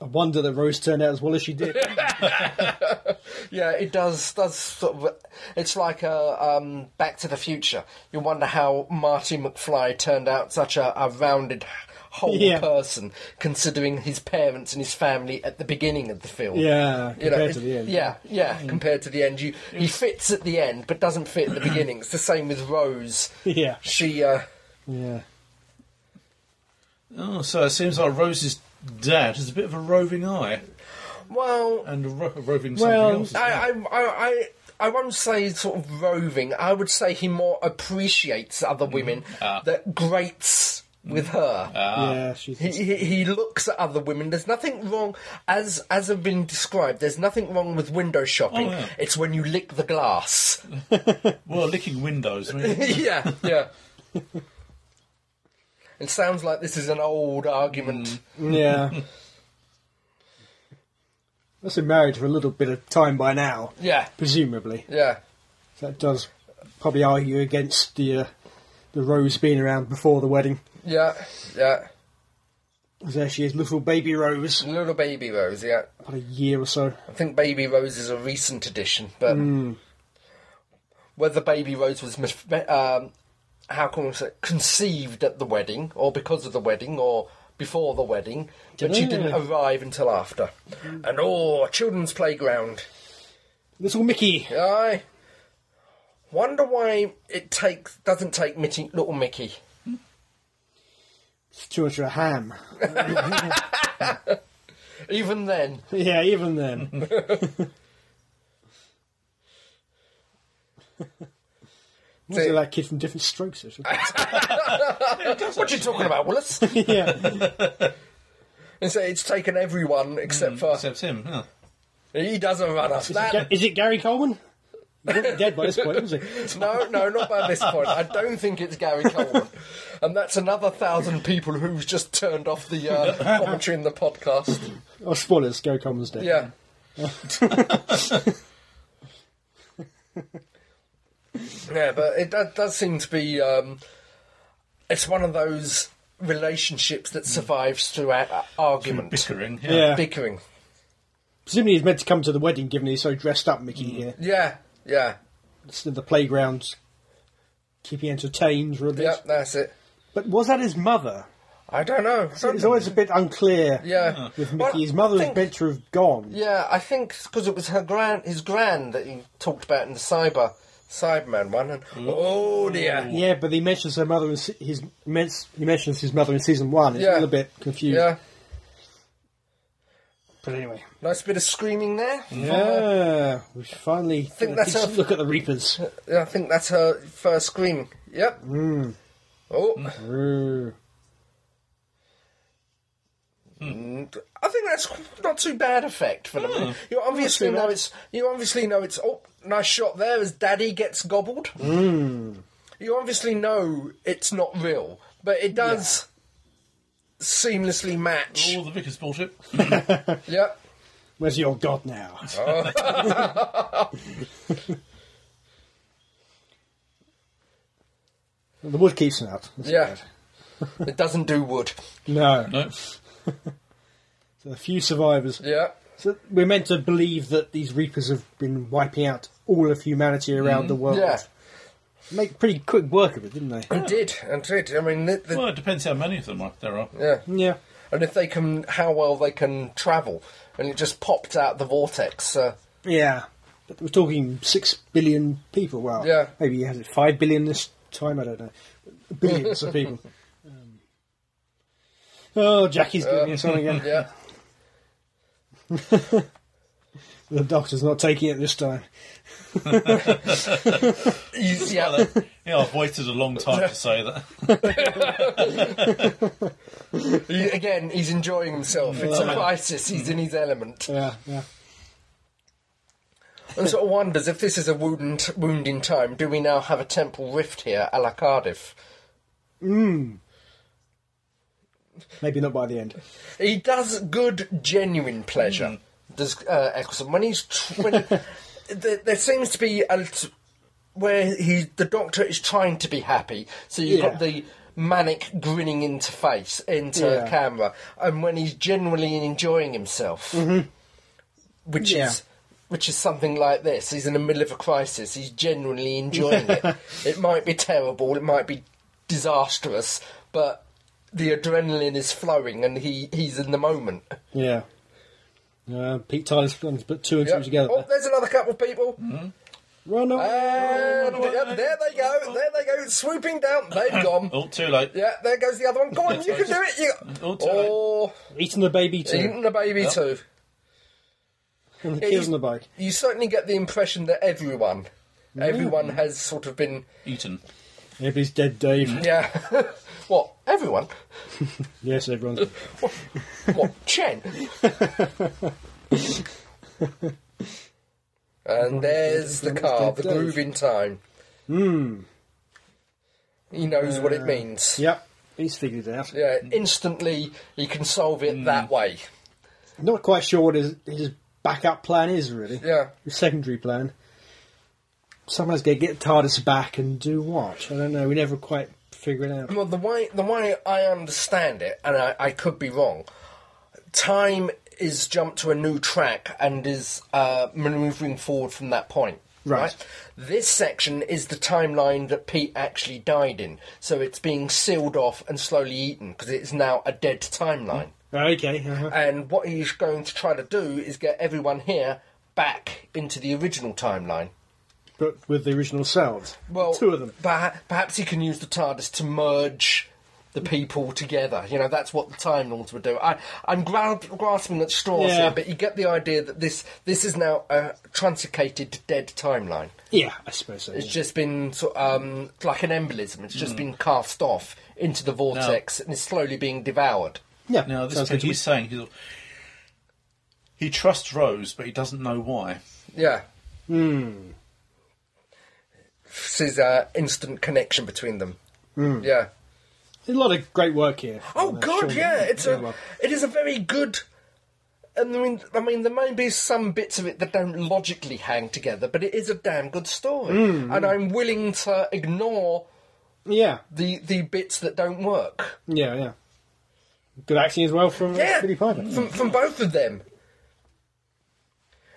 Speaker 3: I wonder that Rose turned out as well as she did.
Speaker 2: Yeah, it does. Does sort of. It's like a um, Back to the Future. You wonder how Marty McFly turned out such a, a rounded, whole
Speaker 3: Yeah.
Speaker 2: person, considering his parents and his family at the beginning of the film.
Speaker 3: Yeah,
Speaker 2: You
Speaker 3: compared
Speaker 2: know,
Speaker 3: to
Speaker 2: it-
Speaker 3: the end. Mm.
Speaker 2: Yeah, yeah. Compared to the end, you he fits at the end, but doesn't fit at the beginning. It's the same with Rose.
Speaker 3: Yeah.
Speaker 2: She. Uh,
Speaker 3: Yeah.
Speaker 1: Oh, so it seems like Rose's dad has a bit of a roving eye
Speaker 2: well,
Speaker 1: and a ro- roving something
Speaker 3: Well,
Speaker 1: else. as
Speaker 2: I,
Speaker 1: well.
Speaker 2: I, I, I, I won't say sort of roving. I would say he more appreciates other women
Speaker 1: Ah. Mm.
Speaker 2: that grates with her.
Speaker 3: yeah, she's
Speaker 2: Uh, He, he, he looks at other women. There's nothing wrong, as as have been described. There's nothing wrong with window shopping.
Speaker 1: Oh, yeah.
Speaker 2: It's when you lick the glass.
Speaker 1: well, licking windows. I mean,
Speaker 2: yeah, yeah. it sounds like this is an old argument.
Speaker 1: Mm.
Speaker 3: Yeah. Must have married for a little bit of time by now,
Speaker 2: Yeah,
Speaker 3: presumably.
Speaker 2: yeah.
Speaker 3: That does probably argue against the uh, the Rose being around before the wedding.
Speaker 2: Yeah, yeah.
Speaker 3: There she is, little baby Rose,
Speaker 2: Little baby Rose, yeah.
Speaker 3: about a year or so.
Speaker 2: I think Baby Rose is a recent addition, but
Speaker 3: Hmm.
Speaker 2: whether Baby Rose was mis- um, how can we say conceived at the wedding, or because of the wedding, or before the wedding, but she didn't
Speaker 3: Dunno.
Speaker 2: arrive until after.
Speaker 3: Hmm.
Speaker 2: And oh, a children's playground.
Speaker 3: Little Mickey.
Speaker 2: I wonder why it takes doesn't take Mitty, little Mickey.
Speaker 3: It's too much of a ham.
Speaker 2: Even then,
Speaker 3: yeah, even then. Was it that kid from different strokes? or something?
Speaker 2: what are you talking about, Willis?
Speaker 3: yeah.
Speaker 2: and so it's taken everyone except for
Speaker 1: except him. Yeah.
Speaker 2: he doesn't run us. That
Speaker 3: Ga- Hmm. Is it Gary Coleman? He wasn't dead by this point, was he?
Speaker 2: No, no, not by this point. I don't think it's Gary Coleman. and that's another thousand people who's just turned off the uh, commentary in the podcast.
Speaker 3: Oh, spoilers, Gary Coleman's dead.
Speaker 2: Yeah. yeah, but it does, does seem to be. Um, it's one of those relationships
Speaker 3: Mm.
Speaker 2: that survives through uh, argument,
Speaker 1: Bickering. Yeah.
Speaker 3: Yeah.
Speaker 2: bickering.
Speaker 3: Presumably he's meant to come to the wedding, given he's so dressed up, Mickey,
Speaker 2: Mm.
Speaker 3: here.
Speaker 2: Yeah, yeah,
Speaker 3: It's in the playground, keeping entertained for a bit.
Speaker 2: yep, that's it.
Speaker 3: But was that his mother?
Speaker 2: I don't know.
Speaker 3: It's always a bit unclear
Speaker 2: yeah.
Speaker 3: with
Speaker 2: Well,
Speaker 3: Mickey. His mother
Speaker 2: I
Speaker 3: is
Speaker 2: think-
Speaker 3: meant to have gone.
Speaker 2: Yeah, I think because it was her grand, his grand that he talked about in the cyber Cyberman one, and oh dear,
Speaker 3: Yeah, but he mentions her mother in se- his men- he mentions his mother in season one. It's
Speaker 2: Yeah.
Speaker 3: a little bit confused.
Speaker 2: yeah,
Speaker 3: But anyway,
Speaker 2: nice bit of screaming there.
Speaker 3: Mm. yeah, we should finally
Speaker 2: think that's
Speaker 3: let's
Speaker 2: a-
Speaker 3: look at the Reapers.
Speaker 2: Yeah, I think that's her first scream. Yep.
Speaker 3: Mm.
Speaker 2: Oh,
Speaker 3: Ooh.
Speaker 2: Mm, I think that's not too bad effect for them. You obviously
Speaker 3: too
Speaker 2: know
Speaker 3: bad.
Speaker 2: it's. You obviously know it's. Oh, nice shot there as Daddy gets gobbled. You obviously know it's not real, but it does seamlessly match.
Speaker 1: All the Vickers bullshit.
Speaker 2: Yep.
Speaker 3: Where's your god now?
Speaker 2: Oh.
Speaker 3: the wood keeps him out. That's
Speaker 2: Yeah.
Speaker 3: good.
Speaker 2: it doesn't do wood.
Speaker 3: No.
Speaker 1: No.
Speaker 3: So a few survivors.
Speaker 2: Yeah.
Speaker 3: So we're meant to believe that these Reapers have been wiping out all of humanity around the world.
Speaker 2: Mm-hmm. Yeah.
Speaker 3: Make pretty quick work of it, didn't they?
Speaker 2: It did. It did. I mean, the, the,
Speaker 1: Well, it depends how many of them are, there are.
Speaker 2: yeah.
Speaker 3: Yeah.
Speaker 2: And if they can, how well they can travel. And it just popped out the vortex. Uh,
Speaker 3: Yeah. But we're talking six billion people. Well,
Speaker 2: Yeah.
Speaker 3: maybe has it five billion this time? I don't know. Billions of people. Um, oh, Jackie's giving us on again.
Speaker 2: yeah.
Speaker 3: The doctor's not taking it this time.
Speaker 2: Easy
Speaker 1: Yeah, that- yeah, I've waited a long time to say that.
Speaker 2: He- again, he's enjoying himself. It's a crisis. He's in his element.
Speaker 3: Yeah, yeah.
Speaker 2: And sort of wonders if this is a wound, wound in time. Do we now have a temple rift here, a la Cardiff?
Speaker 3: Maybe not by the end.
Speaker 2: He does good, genuine pleasure.
Speaker 3: Mm.
Speaker 2: Does uh, Eccleston when he's tr- when there, there seems to be a t- where he the doctor is trying to be happy. So you've
Speaker 3: Yeah.
Speaker 2: got the manic grinning into face into
Speaker 3: Yeah.
Speaker 2: camera, and when he's genuinely enjoying himself, which
Speaker 3: Mm-hmm. Yeah.
Speaker 2: is. Which is something like this. He's in the middle of a crisis. He's genuinely enjoying it. It might be terrible. It might be disastrous, but the adrenaline is flowing and he, he's in the moment.
Speaker 3: Yeah. Uh, Pete Tyler's going to put two and
Speaker 2: Yeah.
Speaker 3: two together.
Speaker 2: Oh, uh, there's another couple of people.
Speaker 3: Run away.
Speaker 2: And yep, there they go. There they go. Swooping down. They've gone.
Speaker 1: Oh, too late.
Speaker 2: Yeah, there goes the other one. Go on, you can do it. You...
Speaker 1: Oh, too late.
Speaker 2: Oh,
Speaker 3: Eating the baby too.
Speaker 2: eating the baby too.
Speaker 3: And the kids
Speaker 2: he-
Speaker 3: on the bike.
Speaker 2: You certainly get the impression that everyone, everyone has sort of been,
Speaker 1: Eaten.
Speaker 3: Everybody's dead, Dave.
Speaker 2: yeah. what? Everyone?
Speaker 3: yes, everyone's dead.
Speaker 2: What? Chen? and there's the car, the groove in time. Hmm. He knows what it means.
Speaker 3: Yep. He's figured it out.
Speaker 2: Yeah, instantly he can solve it that way.
Speaker 3: Not quite sure what his, his backup plan is, really.
Speaker 2: Yeah.
Speaker 3: His secondary plan. Someone's going to get TARDIS back and do what? I don't know. We never quite figure it out.
Speaker 2: Well, the way the way I understand it, and I, I could be wrong, time is jumped to a new track and is uh, manoeuvring forward from that point.
Speaker 3: Right.
Speaker 2: This section is the timeline that Pete actually died in, so it's being sealed off and slowly eaten because it is now a dead timeline.
Speaker 3: Okay. uh-huh.
Speaker 2: And what he's going to try to do is get everyone here back into the original timeline.
Speaker 3: But with the original selves.
Speaker 2: Well,
Speaker 3: Two of them.
Speaker 2: perha- perhaps he can use the TARDIS to merge the people together. You know, that's what the Time Lords would do. I, I'm gra- grasping at straws
Speaker 3: Yeah.
Speaker 2: here, but you get the idea that this this is now a truncated dead timeline.
Speaker 3: Yeah, I suppose so.
Speaker 2: It's
Speaker 3: yeah.
Speaker 2: just been sort um, like an embolism. It's
Speaker 3: Hmm.
Speaker 2: just been cast off into the vortex and is slowly being devoured.
Speaker 3: Yeah.
Speaker 1: Now, this
Speaker 3: sounds good
Speaker 1: bit
Speaker 3: to me.
Speaker 1: he's saying he's, he trusts Rose, but he doesn't know why.
Speaker 2: Yeah. This is an instant connection between them.
Speaker 3: Hmm.
Speaker 2: Yeah.
Speaker 3: There's a lot of great work here.
Speaker 2: Oh
Speaker 3: on that,
Speaker 2: god,
Speaker 3: surely.
Speaker 2: yeah, it's a,
Speaker 3: well,
Speaker 2: it is a very good. And I mean, I mean, there may be some bits of it that don't logically hang together, but it is a damn good story, and I'm willing to ignore
Speaker 3: Yeah,
Speaker 2: the the bits that don't work.
Speaker 3: yeah, yeah. Good acting as well from
Speaker 2: Yeah,
Speaker 3: uh, Billy Piper.
Speaker 2: from, from both of them,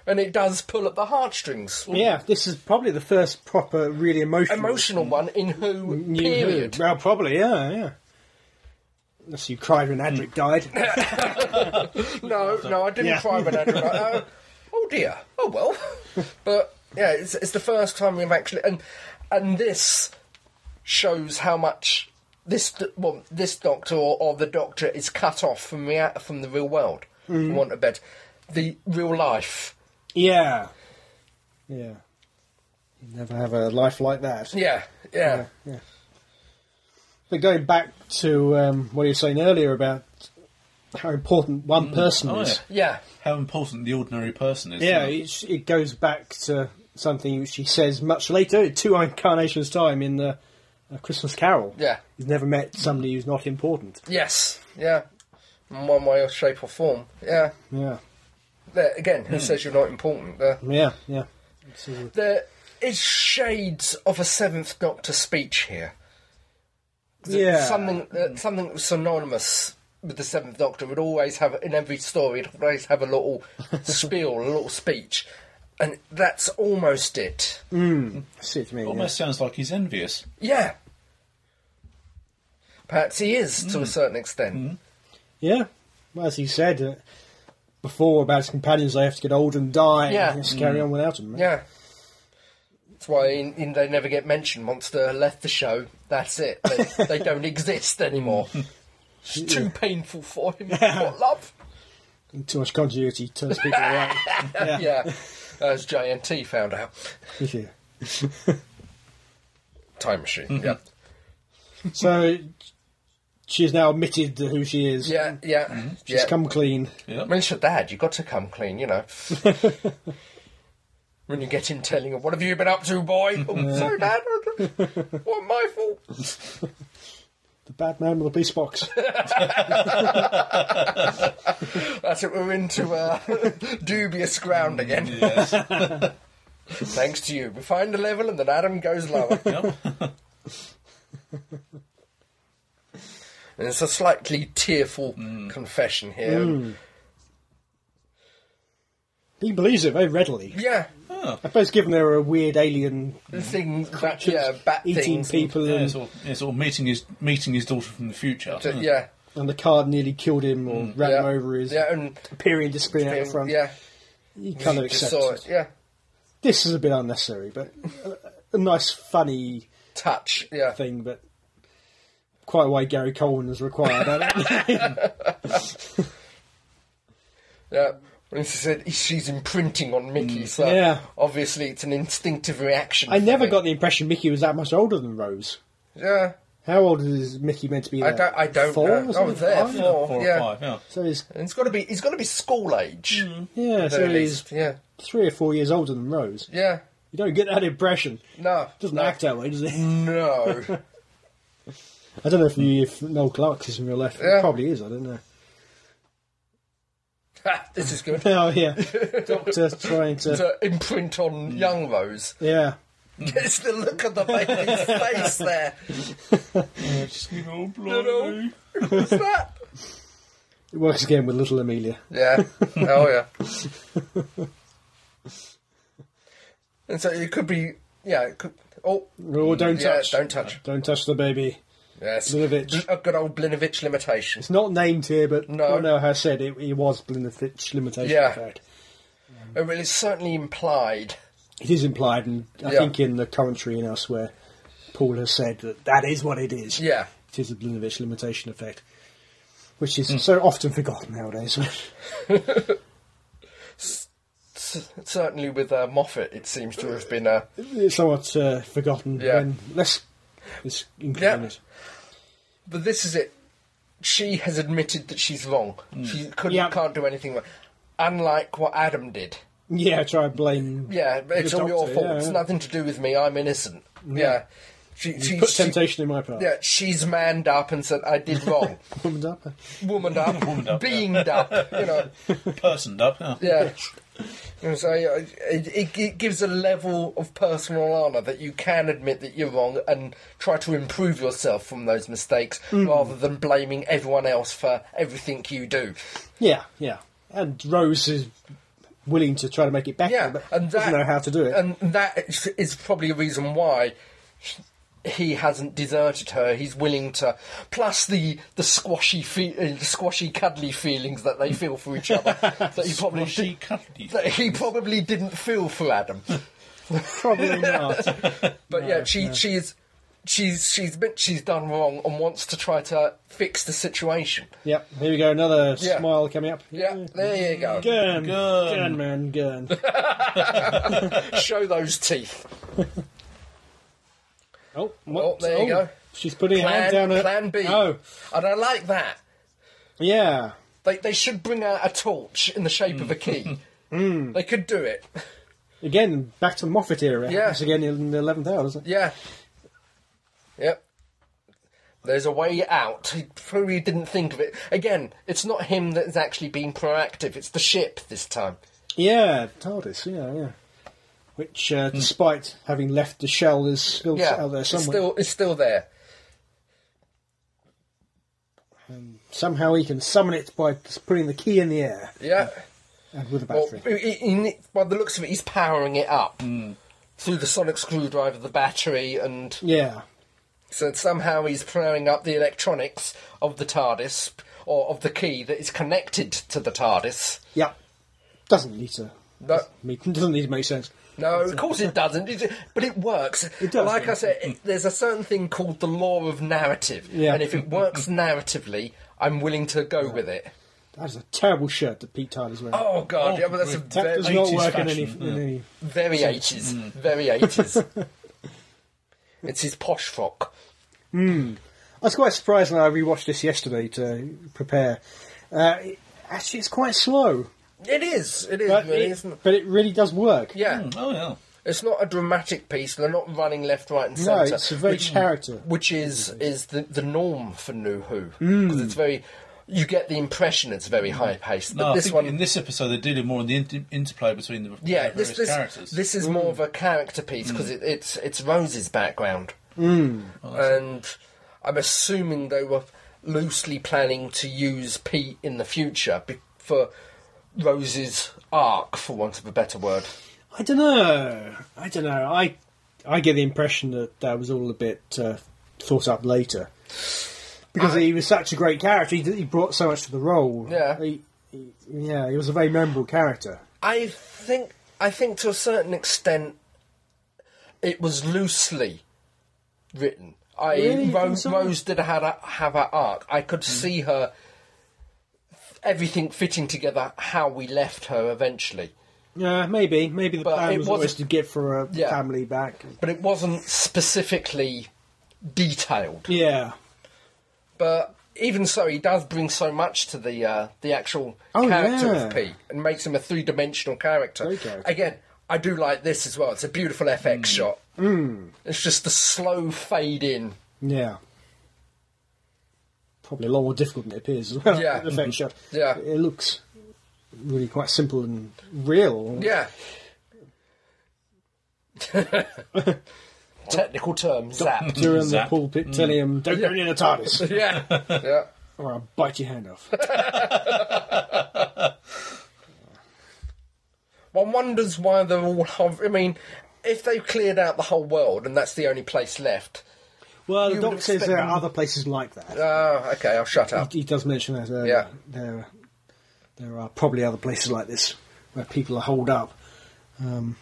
Speaker 2: and it does pull at the heartstrings.
Speaker 3: Yeah, this is probably the first proper, really emotional,
Speaker 2: Emotional one in Who
Speaker 3: New Who.
Speaker 2: period.
Speaker 3: Well, probably, yeah, yeah. Unless you cried when Adric died.
Speaker 2: No, no, I didn't
Speaker 3: Yeah.
Speaker 2: cry when I did that. Uh, oh dear. Oh well. But yeah, it's, it's the first time we've actually and and this shows how much this d- well this doctor or, or the doctor is cut off from rea- from the real world. For want of bed, the real life.
Speaker 3: yeah, yeah. You never have a life like that.
Speaker 2: Yeah, yeah,
Speaker 3: yeah. But going back to um, what you were saying earlier about how important one person
Speaker 1: Oh, yeah.
Speaker 3: is.
Speaker 2: Yeah.
Speaker 1: How important the ordinary person is.
Speaker 3: Yeah,
Speaker 1: isn't it?
Speaker 3: it's, it goes back to something which he says much later, two incarnations time in the uh, Christmas Carol.
Speaker 2: Yeah.
Speaker 3: he's never met somebody who's not important.
Speaker 2: Yes. Yeah. In one way or shape or form. Yeah.
Speaker 3: Yeah,
Speaker 2: There, again, who says you're not important? There.
Speaker 3: yeah, yeah. It's, uh,
Speaker 2: There is shades of a Seventh Doctor speech here.
Speaker 3: yeah,
Speaker 2: Something uh, something that was synonymous with the Seventh Doctor would always have in every story. It would always have a little spiel, a little speech, and that's almost it.
Speaker 3: I see what you mean, yeah.
Speaker 1: Almost sounds like he's envious.
Speaker 2: Yeah. Perhaps he is to a certain extent.
Speaker 3: Yeah, well, as he said uh, before about his companions, they have to get old and die.
Speaker 2: Yeah.
Speaker 3: and just carry on without him. right?
Speaker 2: Yeah. That's why in, in they never get mentioned. Once they left the show, that's it. They, they don't exist anymore. It's too painful for him. What love?
Speaker 3: Too much continuity turns people away.
Speaker 2: Yeah. As JNT found out.
Speaker 3: Yeah.
Speaker 2: Time
Speaker 3: Mm-hmm.
Speaker 2: machine. Yeah.
Speaker 3: So she has now admitted who she is.
Speaker 2: Yeah, yeah.
Speaker 3: Mm-hmm. she's
Speaker 2: yeah.
Speaker 3: come clean.
Speaker 1: Yeah.
Speaker 2: I mean, it's your dad. You've got to come clean, you know. when you get him telling him, what have you been up to, boy? oh, sorry, Dad. What my fault?
Speaker 3: The bad man with the police box.
Speaker 2: That's it. We're into uh, dubious ground again.
Speaker 1: Yes.
Speaker 2: Thanks to you. We find a level and then Adam goes lower.
Speaker 1: Yep.
Speaker 2: And it's a slightly tearful confession here.
Speaker 3: Hmm. he believes it very readily.
Speaker 2: Yeah,
Speaker 3: I suppose, given they're a weird alien
Speaker 2: the thing that yeah, bat
Speaker 3: eating
Speaker 2: things. and-
Speaker 3: people,
Speaker 1: Yeah,
Speaker 3: and,
Speaker 1: it's all, it's all meeting his meeting his daughter from the future.
Speaker 2: to-
Speaker 1: Mm.
Speaker 2: yeah,
Speaker 3: and the card nearly killed him or ran
Speaker 2: Mm. yeah,
Speaker 3: him over, is
Speaker 2: yeah, and
Speaker 3: appearing and disappearing out the front.
Speaker 2: yeah,
Speaker 3: You kind of
Speaker 2: just
Speaker 3: accept
Speaker 2: saw
Speaker 3: it.
Speaker 2: it. Yeah,
Speaker 3: This is a bit unnecessary, but a, a nice, funny
Speaker 2: touch. Yeah,
Speaker 3: thing, but quite why Gary Coleman is required. I don't know.
Speaker 2: yeah. When she said she's imprinting on Mickey, so
Speaker 3: Yeah.
Speaker 2: obviously it's an instinctive reaction.
Speaker 3: I
Speaker 2: for
Speaker 3: never
Speaker 2: me.
Speaker 3: got the impression Mickey was that much older than Rose.
Speaker 2: Yeah,
Speaker 3: How old is Mickey meant to be?
Speaker 2: I
Speaker 3: There?
Speaker 2: don't. I don't
Speaker 3: Four
Speaker 2: know.
Speaker 3: or
Speaker 2: Oh,
Speaker 3: something?
Speaker 2: there,
Speaker 3: Five?
Speaker 1: Four
Speaker 2: four.
Speaker 1: or
Speaker 2: yeah,
Speaker 1: five. Yeah.
Speaker 3: So he's
Speaker 2: and it's got to be. It's got to be school age.
Speaker 3: yeah,
Speaker 2: at
Speaker 3: Hmm. so he's
Speaker 2: least. Yeah,
Speaker 3: three or four years older than Rose.
Speaker 2: yeah.
Speaker 3: You don't get that impression.
Speaker 2: No,
Speaker 3: Doesn't
Speaker 2: no,
Speaker 3: act that way, does he?
Speaker 2: No.
Speaker 3: I don't know if you, if Noel Clark is in real life.
Speaker 2: Yeah.
Speaker 3: He probably is. I don't know.
Speaker 2: Ha, this is good.
Speaker 3: Oh yeah, Doctor trying to
Speaker 2: to imprint on young Rose.
Speaker 3: yeah.
Speaker 2: It's the look of the baby's face there.
Speaker 1: Just, you know,
Speaker 2: blimey.
Speaker 1: blimey.
Speaker 2: What's that?
Speaker 3: It works again with little Amelia.
Speaker 2: Yeah. Oh yeah. and so it could be. Yeah. It could. Oh.
Speaker 3: Oh, don't
Speaker 2: yeah.
Speaker 3: touch!
Speaker 2: Don't touch.
Speaker 3: Don't touch the baby.
Speaker 2: Yes.
Speaker 3: Blinovich.
Speaker 2: A good old Blinovich limitation.
Speaker 3: It's not named here, but
Speaker 2: No.
Speaker 3: no. know how said it, it was Blinovich limitation.
Speaker 2: Yeah.
Speaker 3: In fact,
Speaker 2: Oh, Well, it's certainly implied.
Speaker 3: it is implied, and I
Speaker 2: Yeah.
Speaker 3: think in the commentary and elsewhere, Paul has said that that is what it is.
Speaker 2: Yeah.
Speaker 3: It is a Blinovich limitation effect, which
Speaker 2: Hmm.
Speaker 3: is so often forgotten nowadays.
Speaker 2: C- certainly with uh, Moffat, it seems to have been a.
Speaker 3: it's somewhat uh, forgotten.
Speaker 2: Yeah.
Speaker 3: When, let's let's include
Speaker 2: Yeah.
Speaker 3: it.
Speaker 2: But this is it. She has admitted that she's wrong. She couldn't,
Speaker 3: Hmm. Yeah.
Speaker 2: can't do anything wrong. Unlike what Adam did.
Speaker 3: Yeah, try and blame.
Speaker 2: Yeah, but it's
Speaker 3: The
Speaker 2: all your
Speaker 3: doctor,
Speaker 2: fault.
Speaker 3: yeah,
Speaker 2: It's
Speaker 3: yeah.
Speaker 2: nothing to do with me. I'm innocent. Yeah. She, she,
Speaker 3: Put
Speaker 2: she-
Speaker 3: temptation in my part.
Speaker 2: yeah, she's manned up and said, I did wrong.
Speaker 3: Woman's up.
Speaker 2: Womaned up,
Speaker 1: Womaned up, yeah.
Speaker 2: beamed up, you know.
Speaker 1: Personed up. Yeah.
Speaker 2: Yeah. And so uh, it, it, it gives a level of personal honour that you can admit that you're wrong and try to improve yourself from those mistakes
Speaker 3: Mm.
Speaker 2: rather than blaming everyone else for everything you do.
Speaker 3: Yeah, yeah. And Rose is willing to try to make it better,
Speaker 2: Yeah,
Speaker 3: but
Speaker 2: and
Speaker 3: doesn't
Speaker 2: that-
Speaker 3: know how to do it.
Speaker 2: And that is- is probably a reason why he hasn't deserted her. He's willing to, plus the the squashy, fe- uh, the squashy, cuddly feelings that they feel for each other that he probably
Speaker 1: She
Speaker 2: did,
Speaker 1: cuddly.
Speaker 2: that he probably didn't feel for Adam.
Speaker 3: Probably not.
Speaker 2: But yeah, she she is. She's she's been, she's done wrong and wants to try to fix the situation.
Speaker 3: yep, here we go. Another
Speaker 2: Yeah.
Speaker 3: smile coming up.
Speaker 2: Yeah, there you go.
Speaker 3: Gun,
Speaker 1: Gun.
Speaker 3: gun, man, gun.
Speaker 2: Show those teeth.
Speaker 3: Oh,
Speaker 2: Oh, there you go.
Speaker 3: She's putting her hand
Speaker 2: Plan,
Speaker 3: down. Her...
Speaker 2: plan B.
Speaker 3: Oh,
Speaker 2: And I like that.
Speaker 3: yeah.
Speaker 2: They they should bring out a torch in the shape of a key. Mm. They could do it.
Speaker 3: Again, back to Moffat era.
Speaker 2: Yeah.
Speaker 3: Yeah. again in the 11th hour, isn't it?
Speaker 2: Yeah. Yep. There's a way out. He probably didn't think of it. Again, it's not him that's actually being proactive. It's the ship this time.
Speaker 3: Yeah, TARDIS, yeah, yeah. Which, uh, despite having left the shell, is still
Speaker 2: Hmm. Yeah,
Speaker 3: out there
Speaker 2: it's
Speaker 3: somewhere.
Speaker 2: still it's still there.
Speaker 3: Somehow he can summon it by just putting the key in the air
Speaker 2: Yeah.
Speaker 3: and with a
Speaker 2: Well,
Speaker 3: battery.
Speaker 2: he- he- by the looks of it, he's powering it up through the sonic screwdriver, the battery, and
Speaker 3: yeah.
Speaker 2: So somehow he's powering up the electronics of the TARDIS or of the key that is connected to the TARDIS.
Speaker 3: Yeah. Doesn't need to.
Speaker 2: No,
Speaker 3: make- Doesn't need to make sense.
Speaker 2: no, of course it doesn't, it- but it works.
Speaker 3: It does,
Speaker 2: like I
Speaker 3: yeah.
Speaker 2: said, it, there's a certain thing called the law of narrative,
Speaker 3: Yeah.
Speaker 2: and if it works narratively, I'm willing to go with it.
Speaker 3: That's a terrible shirt that Pete Tyler's wearing.
Speaker 2: Oh god, yeah, but that's a
Speaker 3: that does
Speaker 2: very,
Speaker 3: not
Speaker 1: 80s
Speaker 3: work in any.
Speaker 1: fashion,
Speaker 3: In
Speaker 1: yeah.
Speaker 3: any
Speaker 2: very eighties, very eighties. it's his posh frock.
Speaker 3: I was quite surprised when I rewatched this yesterday to prepare. Uh, it- actually, it's quite slow,
Speaker 2: It is, it is,
Speaker 3: but,
Speaker 2: really,
Speaker 3: it,
Speaker 2: isn't it? Hmm.
Speaker 3: but it really does work.
Speaker 2: Yeah.
Speaker 1: Oh yeah.
Speaker 2: It's not a dramatic piece. They're not running left, right, and
Speaker 3: No,
Speaker 2: centre.
Speaker 3: it's a very
Speaker 2: which,
Speaker 3: character.
Speaker 2: which is is the the norm for New Who because
Speaker 1: Hmm.
Speaker 2: it's very. You get the impression it's very high paced, but
Speaker 1: No, I
Speaker 2: this
Speaker 1: think
Speaker 2: one,
Speaker 1: in this episode they're dealing more in the inter- interplay between the
Speaker 2: yeah,
Speaker 1: the
Speaker 2: this
Speaker 1: various
Speaker 2: this
Speaker 1: characters. Hmm.
Speaker 2: this is more of a character piece because it, it's it's Rose's background, Oh, and I'm assuming they were loosely planning to use Pete in the future be- for Rose's arc, for want of a better word.
Speaker 3: I don't know. I don't know. I I get the impression that that was all a bit uh, thought up later because he was such a great character. He, he brought so much to the role.
Speaker 2: Yeah.
Speaker 3: He, he- yeah, he was a very memorable character.
Speaker 2: I think I think to a certain extent it was loosely written. I
Speaker 3: Really? You think
Speaker 2: Rose,
Speaker 3: so?
Speaker 2: Rose did have a, have her arc. I could see her everything fitting together how we left her eventually.
Speaker 3: Yeah, maybe, maybe the
Speaker 2: But it
Speaker 3: plan was
Speaker 2: wasn't-
Speaker 3: always to get for a
Speaker 2: Yeah.
Speaker 3: family back.
Speaker 2: But it wasn't specifically detailed.
Speaker 3: Yeah.
Speaker 2: But even so he does bring so much to the uh, the actual
Speaker 3: Oh,
Speaker 2: character
Speaker 3: yeah.
Speaker 2: of Pete and makes him a three dimensional character.
Speaker 3: Great character. Mm.
Speaker 2: Again, I do like this as well. It's a beautiful FX shot. It's just the slow fade in.
Speaker 3: Yeah. Probably a lot more difficult than it appears as well.
Speaker 2: Yeah.
Speaker 3: the effect shot.
Speaker 2: Yeah.
Speaker 3: It looks really quite simple and real.
Speaker 2: Yeah. Technical term, zapped.
Speaker 3: During the
Speaker 1: Zap.
Speaker 3: pulpit telling him, don't go near the TARDIS
Speaker 2: yeah. Yeah.
Speaker 3: or I'll bite your hand off.
Speaker 2: One wonders why they're all. hov- I mean, if they've cleared out the whole world and that's the only place left.
Speaker 3: well,
Speaker 2: You
Speaker 3: the
Speaker 2: would
Speaker 3: doc says
Speaker 2: expect
Speaker 3: there
Speaker 2: them-
Speaker 3: are other places like that.
Speaker 2: Oh, okay, I'll shut up.
Speaker 3: he, he does mention that earlier.
Speaker 2: Yeah.
Speaker 3: There, there are probably other places like this where people are holed up. Um,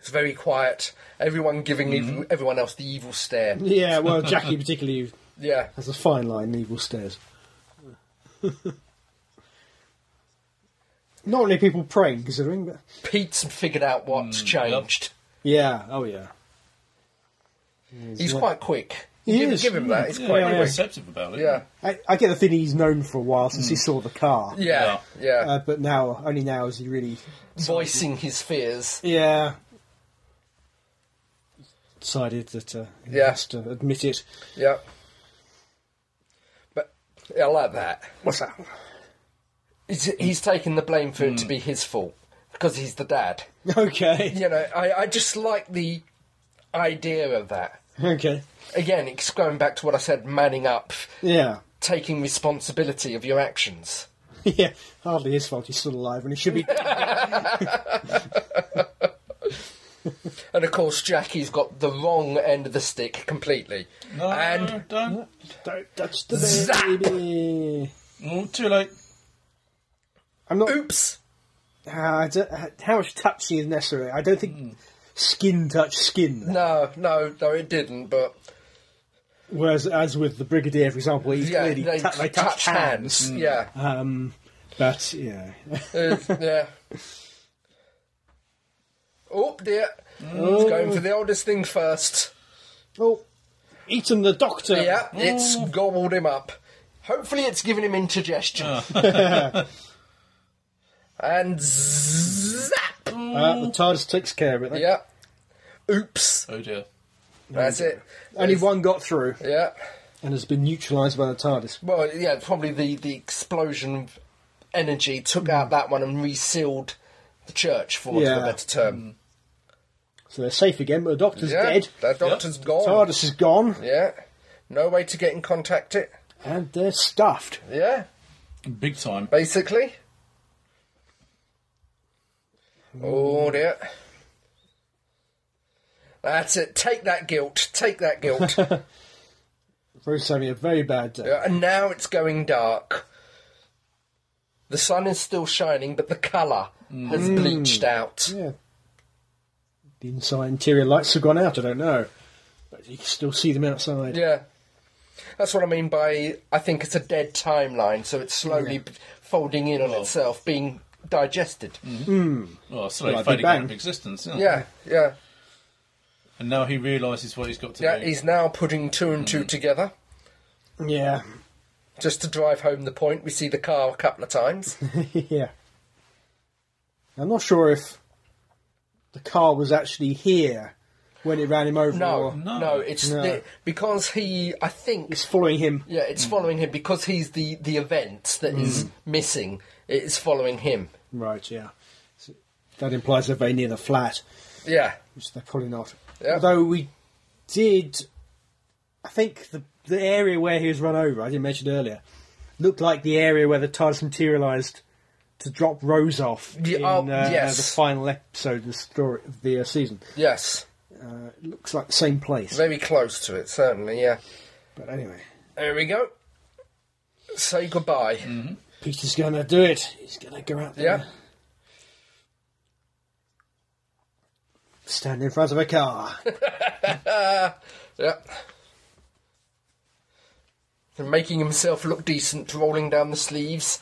Speaker 2: It's very quiet. Everyone giving ev- everyone else the evil stare.
Speaker 3: yeah, well, Jackie particularly
Speaker 2: Yeah.
Speaker 3: has a fine line, evil stairs. Not only people praying, considering, but
Speaker 2: Pete's figured out what's changed.
Speaker 3: yeah, oh yeah,
Speaker 2: He's
Speaker 3: yeah.
Speaker 2: quite quick.
Speaker 3: He
Speaker 2: give,
Speaker 3: is.
Speaker 2: give him that. He's
Speaker 1: yeah,
Speaker 2: quite
Speaker 1: very
Speaker 3: yeah.
Speaker 2: quick.
Speaker 1: receptive about it.
Speaker 2: Yeah.
Speaker 3: I, I get the thing he's known for a while since he saw the car,
Speaker 2: Yeah. Yeah.
Speaker 3: uh, but now only now is he really,
Speaker 2: Voicing his fears.
Speaker 3: yeah, decided that uh, he
Speaker 2: Yeah.
Speaker 3: has to admit it.
Speaker 2: Yeah. But yeah, I like that.
Speaker 3: What's that?
Speaker 2: He's, he's taking the blame for it to be his fault because he's the dad.
Speaker 3: Okay,
Speaker 2: You know, I, I just like the idea of that.
Speaker 3: okay,
Speaker 2: Again, it's going back to what I said manning up,
Speaker 3: yeah,
Speaker 2: taking responsibility of your actions.
Speaker 3: yeah. Hardly his fault. He's still alive, and he should be.
Speaker 2: And of course, Jackie's got the wrong end of the stick completely.
Speaker 1: No,
Speaker 2: and
Speaker 1: don't.
Speaker 3: Don't touch the
Speaker 2: Zap!
Speaker 3: baby.
Speaker 1: Mm, too late.
Speaker 3: I'm not.
Speaker 2: oops!
Speaker 3: Uh, I don't- uh, how much touching is necessary? I don't think skin touch skin.
Speaker 2: No, no, no, it didn't, but
Speaker 3: Whereas, as with the Brigadier, for example, he's
Speaker 2: yeah,
Speaker 3: clearly
Speaker 2: they
Speaker 3: tou- they touch,
Speaker 2: touched hands.
Speaker 3: hands.
Speaker 2: Yeah.
Speaker 3: Um, but yeah,
Speaker 2: Uh, yeah. Oh dear. It's going for the oldest thing first.
Speaker 3: oh, Eaton the Doctor.
Speaker 2: Yeah, it's gobbled him up. Hopefully, it's given him indigestion.
Speaker 3: Oh.
Speaker 2: and zap!
Speaker 3: Uh, the TARDIS takes care of it. then.
Speaker 2: Yeah. Oops.
Speaker 1: Oh dear.
Speaker 2: That's it.
Speaker 3: Only one got through
Speaker 2: Yeah.
Speaker 3: and has been neutralised by the TARDIS.
Speaker 2: Well, yeah, probably the, the explosion of energy took out that one and resealed the church, for want of a
Speaker 3: Yeah.
Speaker 2: better term.
Speaker 3: So they're safe again, but the Doctor's
Speaker 2: Yeah, Oh.
Speaker 3: dead.
Speaker 2: That doctor's gone.
Speaker 3: TARDIS is gone,
Speaker 2: Yeah. No way to get in contact it.
Speaker 3: and they're stuffed.
Speaker 2: Yeah,
Speaker 1: Big time.
Speaker 2: basically.
Speaker 3: Mm.
Speaker 2: Oh dear. That's it. Take that guilt. Take that guilt.
Speaker 3: Rose having a very bad day.
Speaker 2: Yeah, and now it's going dark. The sun is still shining, but the colour has
Speaker 3: Mm.
Speaker 2: bleached out.
Speaker 3: Yeah. The inside interior lights have gone out, I don't know. But you can still see them outside.
Speaker 2: Yeah. That's what I mean by I think it's a dead timeline, so it's slowly b folding in on itself, being digested.
Speaker 1: Well, slowly
Speaker 3: Like Big
Speaker 1: fading out
Speaker 3: Bang.
Speaker 1: of existence. Yeah.
Speaker 2: Yeah, yeah.
Speaker 1: And now he realises what he's got to
Speaker 2: Yeah,
Speaker 1: do.
Speaker 2: he's now putting two and two together.
Speaker 3: Yeah.
Speaker 2: Just to drive home the point, we see the car a couple of times.
Speaker 3: yeah. I'm not sure if the car was actually here when it ran him over.
Speaker 2: No,
Speaker 3: or
Speaker 2: no,
Speaker 1: No.
Speaker 2: it's
Speaker 3: No.
Speaker 2: The, because he, I think,
Speaker 3: It's following him.
Speaker 2: yeah, it's following him because he's the the event that is missing. It is following him.
Speaker 3: Right, yeah. So that implies they're very near the flat,
Speaker 2: Yeah,
Speaker 3: which they're probably not.
Speaker 2: Yeah.
Speaker 3: Although we did, I think the the area where he was run over, I didn't mention earlier, looked like the area where the TARDIS materialised to drop Rose off
Speaker 2: Yeah,
Speaker 3: in
Speaker 2: oh,
Speaker 3: uh,
Speaker 2: yes.
Speaker 3: the final episode of the story of the uh, season.
Speaker 2: yes,
Speaker 3: Uh, it looks like the same place.
Speaker 2: very close to it, certainly. Yeah,
Speaker 3: But anyway,
Speaker 2: there we go. Say goodbye.
Speaker 3: Peter's going to do it. He's going to go out there,
Speaker 2: Yeah,
Speaker 3: stand in front of a car.
Speaker 2: yeah. And making himself look decent, rolling down the sleeves.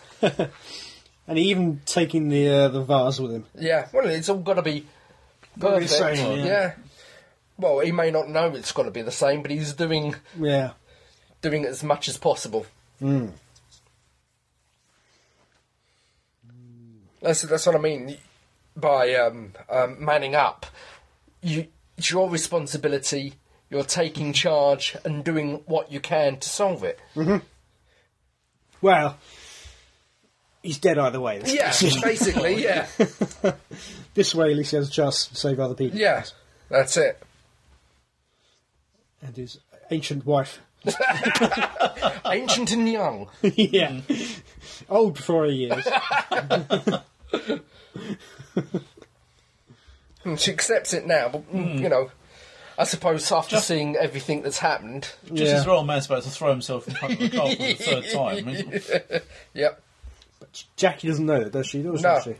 Speaker 3: And even taking the uh, the vase with him.
Speaker 2: Yeah, well, it's all got to be
Speaker 3: Gotta be
Speaker 2: perfect.
Speaker 3: the same,
Speaker 2: yeah.
Speaker 3: yeah.
Speaker 2: Well, he may not know it's got to be the same, but he's doing
Speaker 3: Yeah.
Speaker 2: doing as much as possible.
Speaker 3: Hmm.
Speaker 2: That's that's what I mean by um, um, manning up. You, it's your responsibility. You're taking charge and doing what you can to solve it.
Speaker 3: Well, he's dead either way. This,
Speaker 2: Yeah, basically, Oh, yeah,
Speaker 3: this way, at least he has a chance to save other people.
Speaker 2: yeah. That's it.
Speaker 3: And his ancient wife.
Speaker 2: Oh. Ancient and young.
Speaker 3: yeah. Old before he is.
Speaker 2: And she accepts it now, but mm, you know, I suppose after seeing everything that's happened,
Speaker 1: Just
Speaker 3: Yeah.
Speaker 1: as well, man's about to throw himself in front of the car for the third time. isn't he?
Speaker 2: yep.
Speaker 3: Jackie doesn't know that, does she? Does
Speaker 2: No.
Speaker 3: she?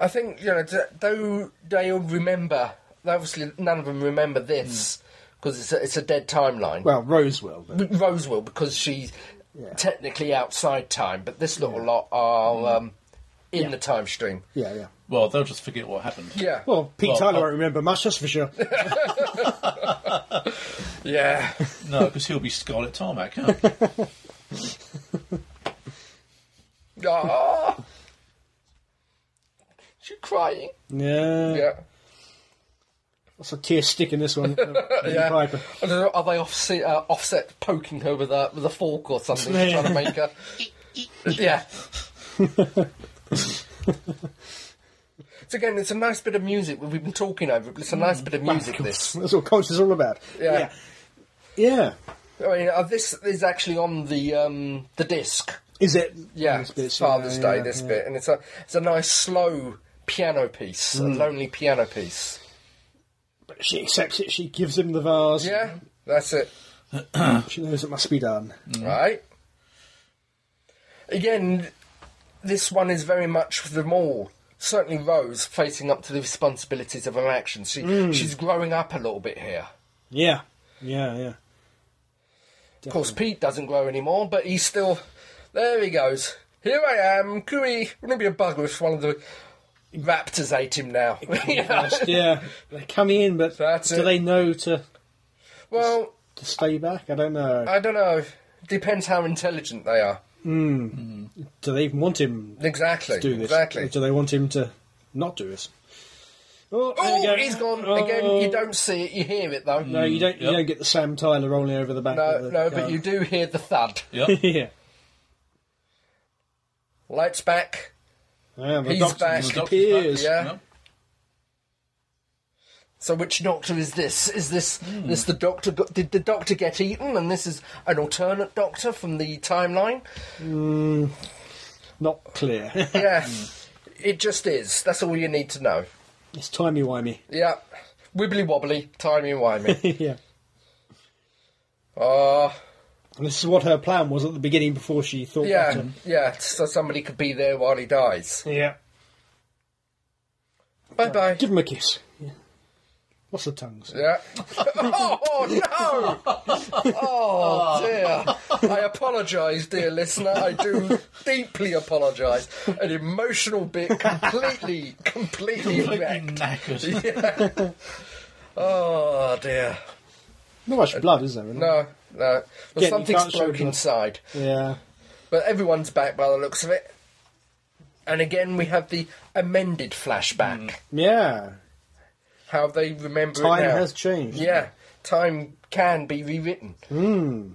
Speaker 2: I think you know, d- though they all remember. Obviously, none of them remember this because it's a, it's a dead timeline.
Speaker 3: Well, Rose will, but
Speaker 2: Well, Rose will because she's
Speaker 3: Yeah.
Speaker 2: technically outside time, but this little lot are um, in the time stream.
Speaker 3: yeah, yeah.
Speaker 1: Well, they'll just forget what happened.
Speaker 2: Yeah,
Speaker 3: Well, Pete
Speaker 1: Well,
Speaker 3: Tyler
Speaker 2: uh,
Speaker 1: I'll-
Speaker 3: won't remember much, that's for sure.
Speaker 2: yeah,
Speaker 1: No, because he'll be Scarlet Tarmac. Huh?
Speaker 2: Ah! she's crying.
Speaker 3: yeah.
Speaker 2: Yeah.
Speaker 3: That's a tear stick in this one. yeah. Piper.
Speaker 2: I don't know, are they offset, uh, offset poking her with a, with a fork or something,
Speaker 3: Yeah.
Speaker 2: trying to make her. yeah. so again, it's a nice bit of music. We've been talking over it, but it's a
Speaker 3: Mm.
Speaker 2: nice bit of music, this.
Speaker 3: That's what Conscious is all about.
Speaker 2: Yeah.
Speaker 3: Yeah. Yeah.
Speaker 2: I mean, uh, this is actually on the um, the disc.
Speaker 3: Is it?
Speaker 2: Yeah,
Speaker 3: This bit's-
Speaker 2: Father's
Speaker 3: yeah,
Speaker 2: Day,
Speaker 3: yeah,
Speaker 2: this
Speaker 3: yeah.
Speaker 2: bit, and it's a it's a nice slow piano piece, a
Speaker 3: Mm.
Speaker 2: lonely piano piece.
Speaker 3: But she accepts it, she gives him the vase.
Speaker 2: Yeah, that's it.
Speaker 3: She knows it must be done.
Speaker 2: Mm. Right. Again, this one is very much for them all. Certainly, Rose facing up to the responsibilities of her actions. She
Speaker 3: Mm.
Speaker 2: she's growing up a little bit here.
Speaker 3: Yeah. Yeah, yeah.
Speaker 2: Of course, Pete doesn't grow anymore, but he's still. There he goes. Here I am, Cooey. Wouldn't it be a bugger if one of the raptors ate him now? You know?
Speaker 3: yeah, they're coming in, but
Speaker 2: That's
Speaker 3: do
Speaker 2: it.
Speaker 3: they know to,
Speaker 2: Well,
Speaker 3: to stay back? I don't know.
Speaker 2: I don't know. Depends how intelligent they are.
Speaker 3: Do they even want him
Speaker 2: Exactly.
Speaker 3: to do this?
Speaker 2: Exactly.
Speaker 3: Or do they want him to not do this? Oh, there you
Speaker 2: Oh,
Speaker 3: go.
Speaker 2: he's gone
Speaker 3: Oh.
Speaker 2: again. You don't see it, you hear it though.
Speaker 3: No, you don't. You
Speaker 1: Yep.
Speaker 3: don't get the Sam Tyler rolling over the back.
Speaker 2: no,
Speaker 3: of the
Speaker 2: no,
Speaker 3: car.
Speaker 2: but you do hear the thud.
Speaker 1: Yep.
Speaker 3: yeah.
Speaker 2: Lights back.
Speaker 3: Yeah, the
Speaker 2: He's
Speaker 3: doctor
Speaker 2: back.
Speaker 1: The doctor's
Speaker 3: disappears.
Speaker 2: back, yeah.
Speaker 1: Yep.
Speaker 2: So which doctor is this? Is this
Speaker 3: Hmm.
Speaker 2: this the doctor? Got, did the doctor get eaten? And this is an alternate doctor from the timeline.
Speaker 3: Not clear.
Speaker 2: Yeah, it just is. That's all you need to know.
Speaker 3: it's timey wimey.
Speaker 2: Yeah, wibbly wobbly, timey wimey.
Speaker 3: yeah.
Speaker 2: Ah,
Speaker 3: And this is what her plan was at the beginning before she thought.
Speaker 2: yeah,
Speaker 3: that, uh,
Speaker 2: yeah. So somebody could be there while he dies.
Speaker 3: yeah.
Speaker 2: Bye bye.
Speaker 3: Give him a kiss. Yeah. Lots of tongues.
Speaker 2: Yeah. oh, no! Oh dear. I apologise, dear listener. I do deeply apologise. An emotional bit, completely, completely
Speaker 1: Completely
Speaker 2: wrecked.
Speaker 1: knackered.
Speaker 2: Yeah. Oh dear.
Speaker 3: Not much blood, is there? really?
Speaker 2: No, no. Well,
Speaker 3: you
Speaker 2: something's
Speaker 3: can't show
Speaker 2: broke
Speaker 3: blood.
Speaker 2: inside,
Speaker 3: Yeah.
Speaker 2: but everyone's back by the looks of it. And again, we have the amended flashback.
Speaker 3: Mm. Yeah.
Speaker 2: How they remember
Speaker 3: Time
Speaker 2: it now.
Speaker 3: has changed.
Speaker 2: Yeah, time can be rewritten.
Speaker 3: Hmm.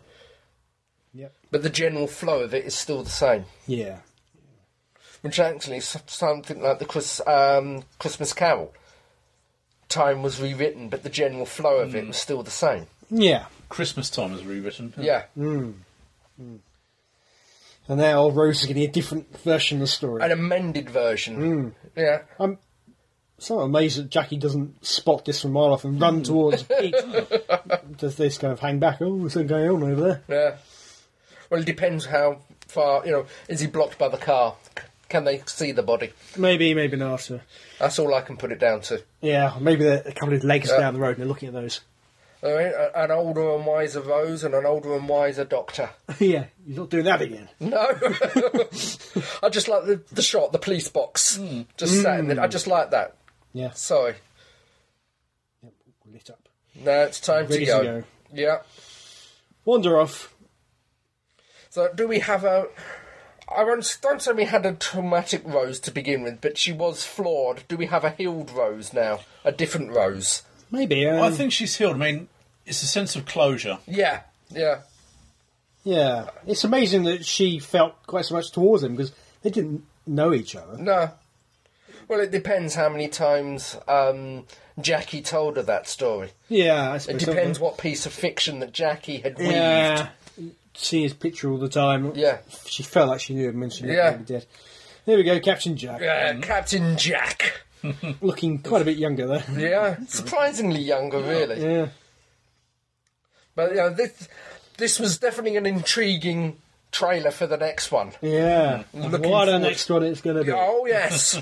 Speaker 3: Yep.
Speaker 2: but the general flow of it is still the same.
Speaker 3: Yeah.
Speaker 2: Which actually is something like the Chris, um, Christmas Carol. Time was rewritten, but the general flow of it was still the same.
Speaker 3: Yeah.
Speaker 1: Christmas time is rewritten.
Speaker 2: Yeah,
Speaker 3: Hmm. And now Rose is getting a different version of the story.
Speaker 2: an amended
Speaker 3: Hmm.
Speaker 2: version. Yeah,
Speaker 3: I'm so amazed that Jackie doesn't spot this from a mile off and run towards it. Does this kind of hang back? Oh, there's something going on over there.
Speaker 2: yeah. Well, it depends how far, you know, is he blocked by the car? C- Can they see the body?
Speaker 3: Maybe, maybe not. uh,
Speaker 2: That's all I can put it down to.
Speaker 3: Yeah, maybe they're a couple of legs
Speaker 2: Yeah.
Speaker 3: down the road and they're looking at those.
Speaker 2: All right, a- an older and wiser Rose and an older and wiser Doctor.
Speaker 3: yeah, you're not doing that again.
Speaker 2: No, I just like the, the shot, the police box,
Speaker 3: Hmm.
Speaker 2: just sat in there. I just like that.
Speaker 3: Yeah,
Speaker 2: Sorry.
Speaker 3: yeah, lit up.
Speaker 2: Now it's time
Speaker 3: Ready
Speaker 2: to go.
Speaker 3: to go.
Speaker 2: Yeah.
Speaker 3: Wander off.
Speaker 2: So do we have a? I won't- don't say we had a traumatic rose to begin with, but she was flawed. Do we have a healed rose now? A different rose?
Speaker 3: Maybe. Um,
Speaker 1: I think she's healed. I mean, it's a sense of closure.
Speaker 2: Yeah. Yeah.
Speaker 3: Yeah, it's amazing that she felt quite so much towards him because they didn't know each other.
Speaker 2: No. Well, it depends how many times um, Jackie told her that story.
Speaker 3: Yeah, I
Speaker 2: It
Speaker 3: suppose.
Speaker 2: depends
Speaker 3: What
Speaker 2: what piece of fiction that Jackie had weaved.
Speaker 3: yeah, seeing his picture all the time.
Speaker 2: Yeah.
Speaker 3: she felt like she knew him, and she
Speaker 2: Yeah.
Speaker 3: yeah. did. There we go, Captain Jack,
Speaker 2: Uh, Captain Jack.
Speaker 3: looking quite a bit younger there.
Speaker 2: Yeah, surprisingly younger, really.
Speaker 3: Yeah,
Speaker 2: But you know, this this was definitely an intriguing trailer for the next one.
Speaker 3: yeah. What
Speaker 2: Mm. Looking
Speaker 3: a
Speaker 2: forward-
Speaker 3: next one it's going to be.
Speaker 2: Oh yes.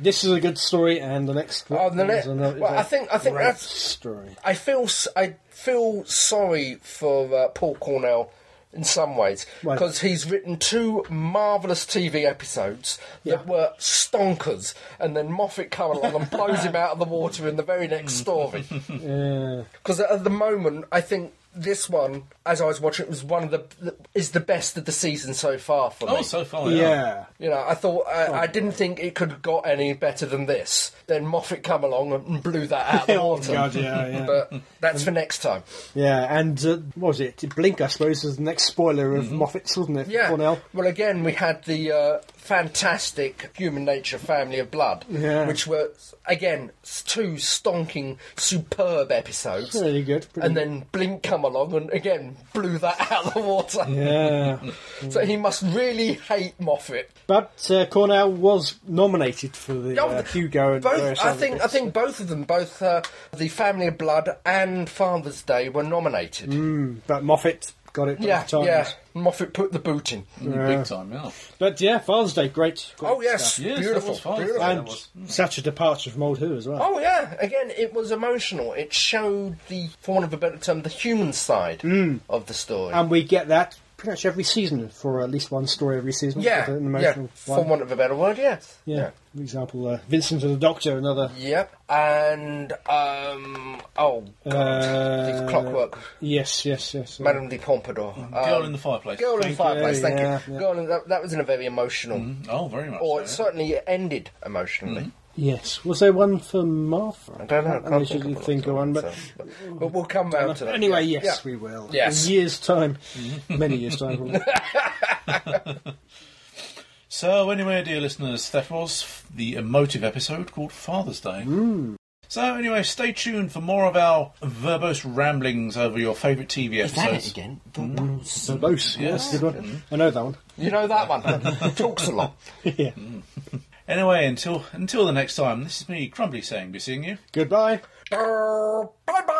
Speaker 3: This is a good story, and the next one.
Speaker 2: Oh, the ne-
Speaker 3: is another-
Speaker 2: well,
Speaker 3: is a
Speaker 2: I think- I think
Speaker 3: great
Speaker 2: that's-
Speaker 3: story.
Speaker 2: I feel s- I feel sorry for uh, Paul Cornell in some ways
Speaker 3: Right.
Speaker 2: because he's written two marvelous TV episodes that
Speaker 3: Yeah.
Speaker 2: were stonkers, and then Moffat comes along and blows him out of the water in the very
Speaker 3: Mm.
Speaker 2: next story.
Speaker 3: Yeah,
Speaker 2: Because at the moment, I think this one, as I was watching, it was one of the, the is the best of the season so far for me.
Speaker 1: Oh, so far,
Speaker 3: yeah.
Speaker 2: You know, I thought I, I didn't think it could have got any better than this. Then Moffat come along and blew that out of the
Speaker 3: Oh,
Speaker 2: water.
Speaker 3: God, yeah, yeah.
Speaker 2: But that's for next time.
Speaker 3: Yeah, and uh, what was it? Blink, I suppose, is the next spoiler of Moffat's, wasn't it?
Speaker 2: Mm-hmm. Yeah.
Speaker 3: Cornell.
Speaker 2: Well, again, we had the uh, fantastic Human Nature Family of Blood,
Speaker 3: Yeah.
Speaker 2: which were again s- two stonking, superb episodes.
Speaker 3: Really good. pretty
Speaker 2: And then Blink come along and again blew that out of the water.
Speaker 3: good. Yeah.
Speaker 2: So
Speaker 3: Mm.
Speaker 2: he must really hate Moffat.
Speaker 3: but uh, Cornell was nominated for the
Speaker 2: Oh,
Speaker 3: uh, Hugo and
Speaker 2: Both,
Speaker 3: various
Speaker 2: I
Speaker 3: other
Speaker 2: think, uh, I
Speaker 3: bits.
Speaker 2: think both of them, both uh, the Family of Blood and Father's Day, were nominated.
Speaker 3: But Moffat got it both
Speaker 2: yeah,
Speaker 3: Mm, times.
Speaker 2: yeah. Moffat put the boot in.
Speaker 1: yeah. Big time, yeah.
Speaker 3: But yeah, Father's Day, great. great
Speaker 2: Oh yes,
Speaker 3: stuff.
Speaker 1: Yes, that
Speaker 2: beautiful,
Speaker 1: was fine.
Speaker 2: beautiful.
Speaker 1: Yeah,
Speaker 3: And
Speaker 1: that was-
Speaker 3: such a departure from old Who as well.
Speaker 2: Oh yeah! Again, it was emotional. It showed the, for want of a better term, the human side of the story.
Speaker 3: Mm. And we get that pretty much every season for at least one story every season.
Speaker 2: Yeah,
Speaker 3: with an
Speaker 2: yeah.
Speaker 3: emotional
Speaker 2: For
Speaker 3: one.
Speaker 2: want of a better word, yes.
Speaker 3: Yeah. For example, uh, Vincent and the Doctor, another.
Speaker 2: Yep. And um, oh, God,
Speaker 3: Uh,
Speaker 2: the clockwork,
Speaker 3: Yes, yes, yes. uh,
Speaker 2: Madame de Pompadour,
Speaker 1: Girl
Speaker 2: Um,
Speaker 1: in the Fireplace.
Speaker 2: Girl in
Speaker 3: Thank
Speaker 2: the
Speaker 3: you,
Speaker 2: Fireplace. Thank
Speaker 3: yeah,
Speaker 2: you.
Speaker 3: yeah. Mm-hmm.
Speaker 2: Girl in that, that was in a very emotional,
Speaker 1: Oh, very much. so,
Speaker 2: or it
Speaker 1: yeah.
Speaker 2: certainly ended emotionally.
Speaker 3: Yes. Was there one for Martha?
Speaker 2: I don't know. I
Speaker 3: Mm-hmm. I
Speaker 2: can't
Speaker 3: should
Speaker 2: think of one
Speaker 3: think
Speaker 2: off the top
Speaker 3: of one, but
Speaker 2: of my head, so- but we'll come round to that.
Speaker 3: anyway,
Speaker 2: yeah.
Speaker 3: yes,
Speaker 2: Yeah.
Speaker 3: we will.
Speaker 2: Yes.
Speaker 3: In years' time, many years' time. probably.
Speaker 1: So, anyway, dear listeners, that was f- the emotive episode called Father's Day. So, anyway, stay tuned for more of our verbose ramblings over your favourite TV
Speaker 2: Is that it
Speaker 1: episodes.
Speaker 2: again?
Speaker 3: Mm-hmm. so both. Yes, good one. I know that one.
Speaker 2: You know that one. Talks a lot.
Speaker 3: yeah.
Speaker 1: Anyway, until until the next time, this is me, Crumbly, saying be seeing you.
Speaker 3: Goodbye.
Speaker 2: Bye bye.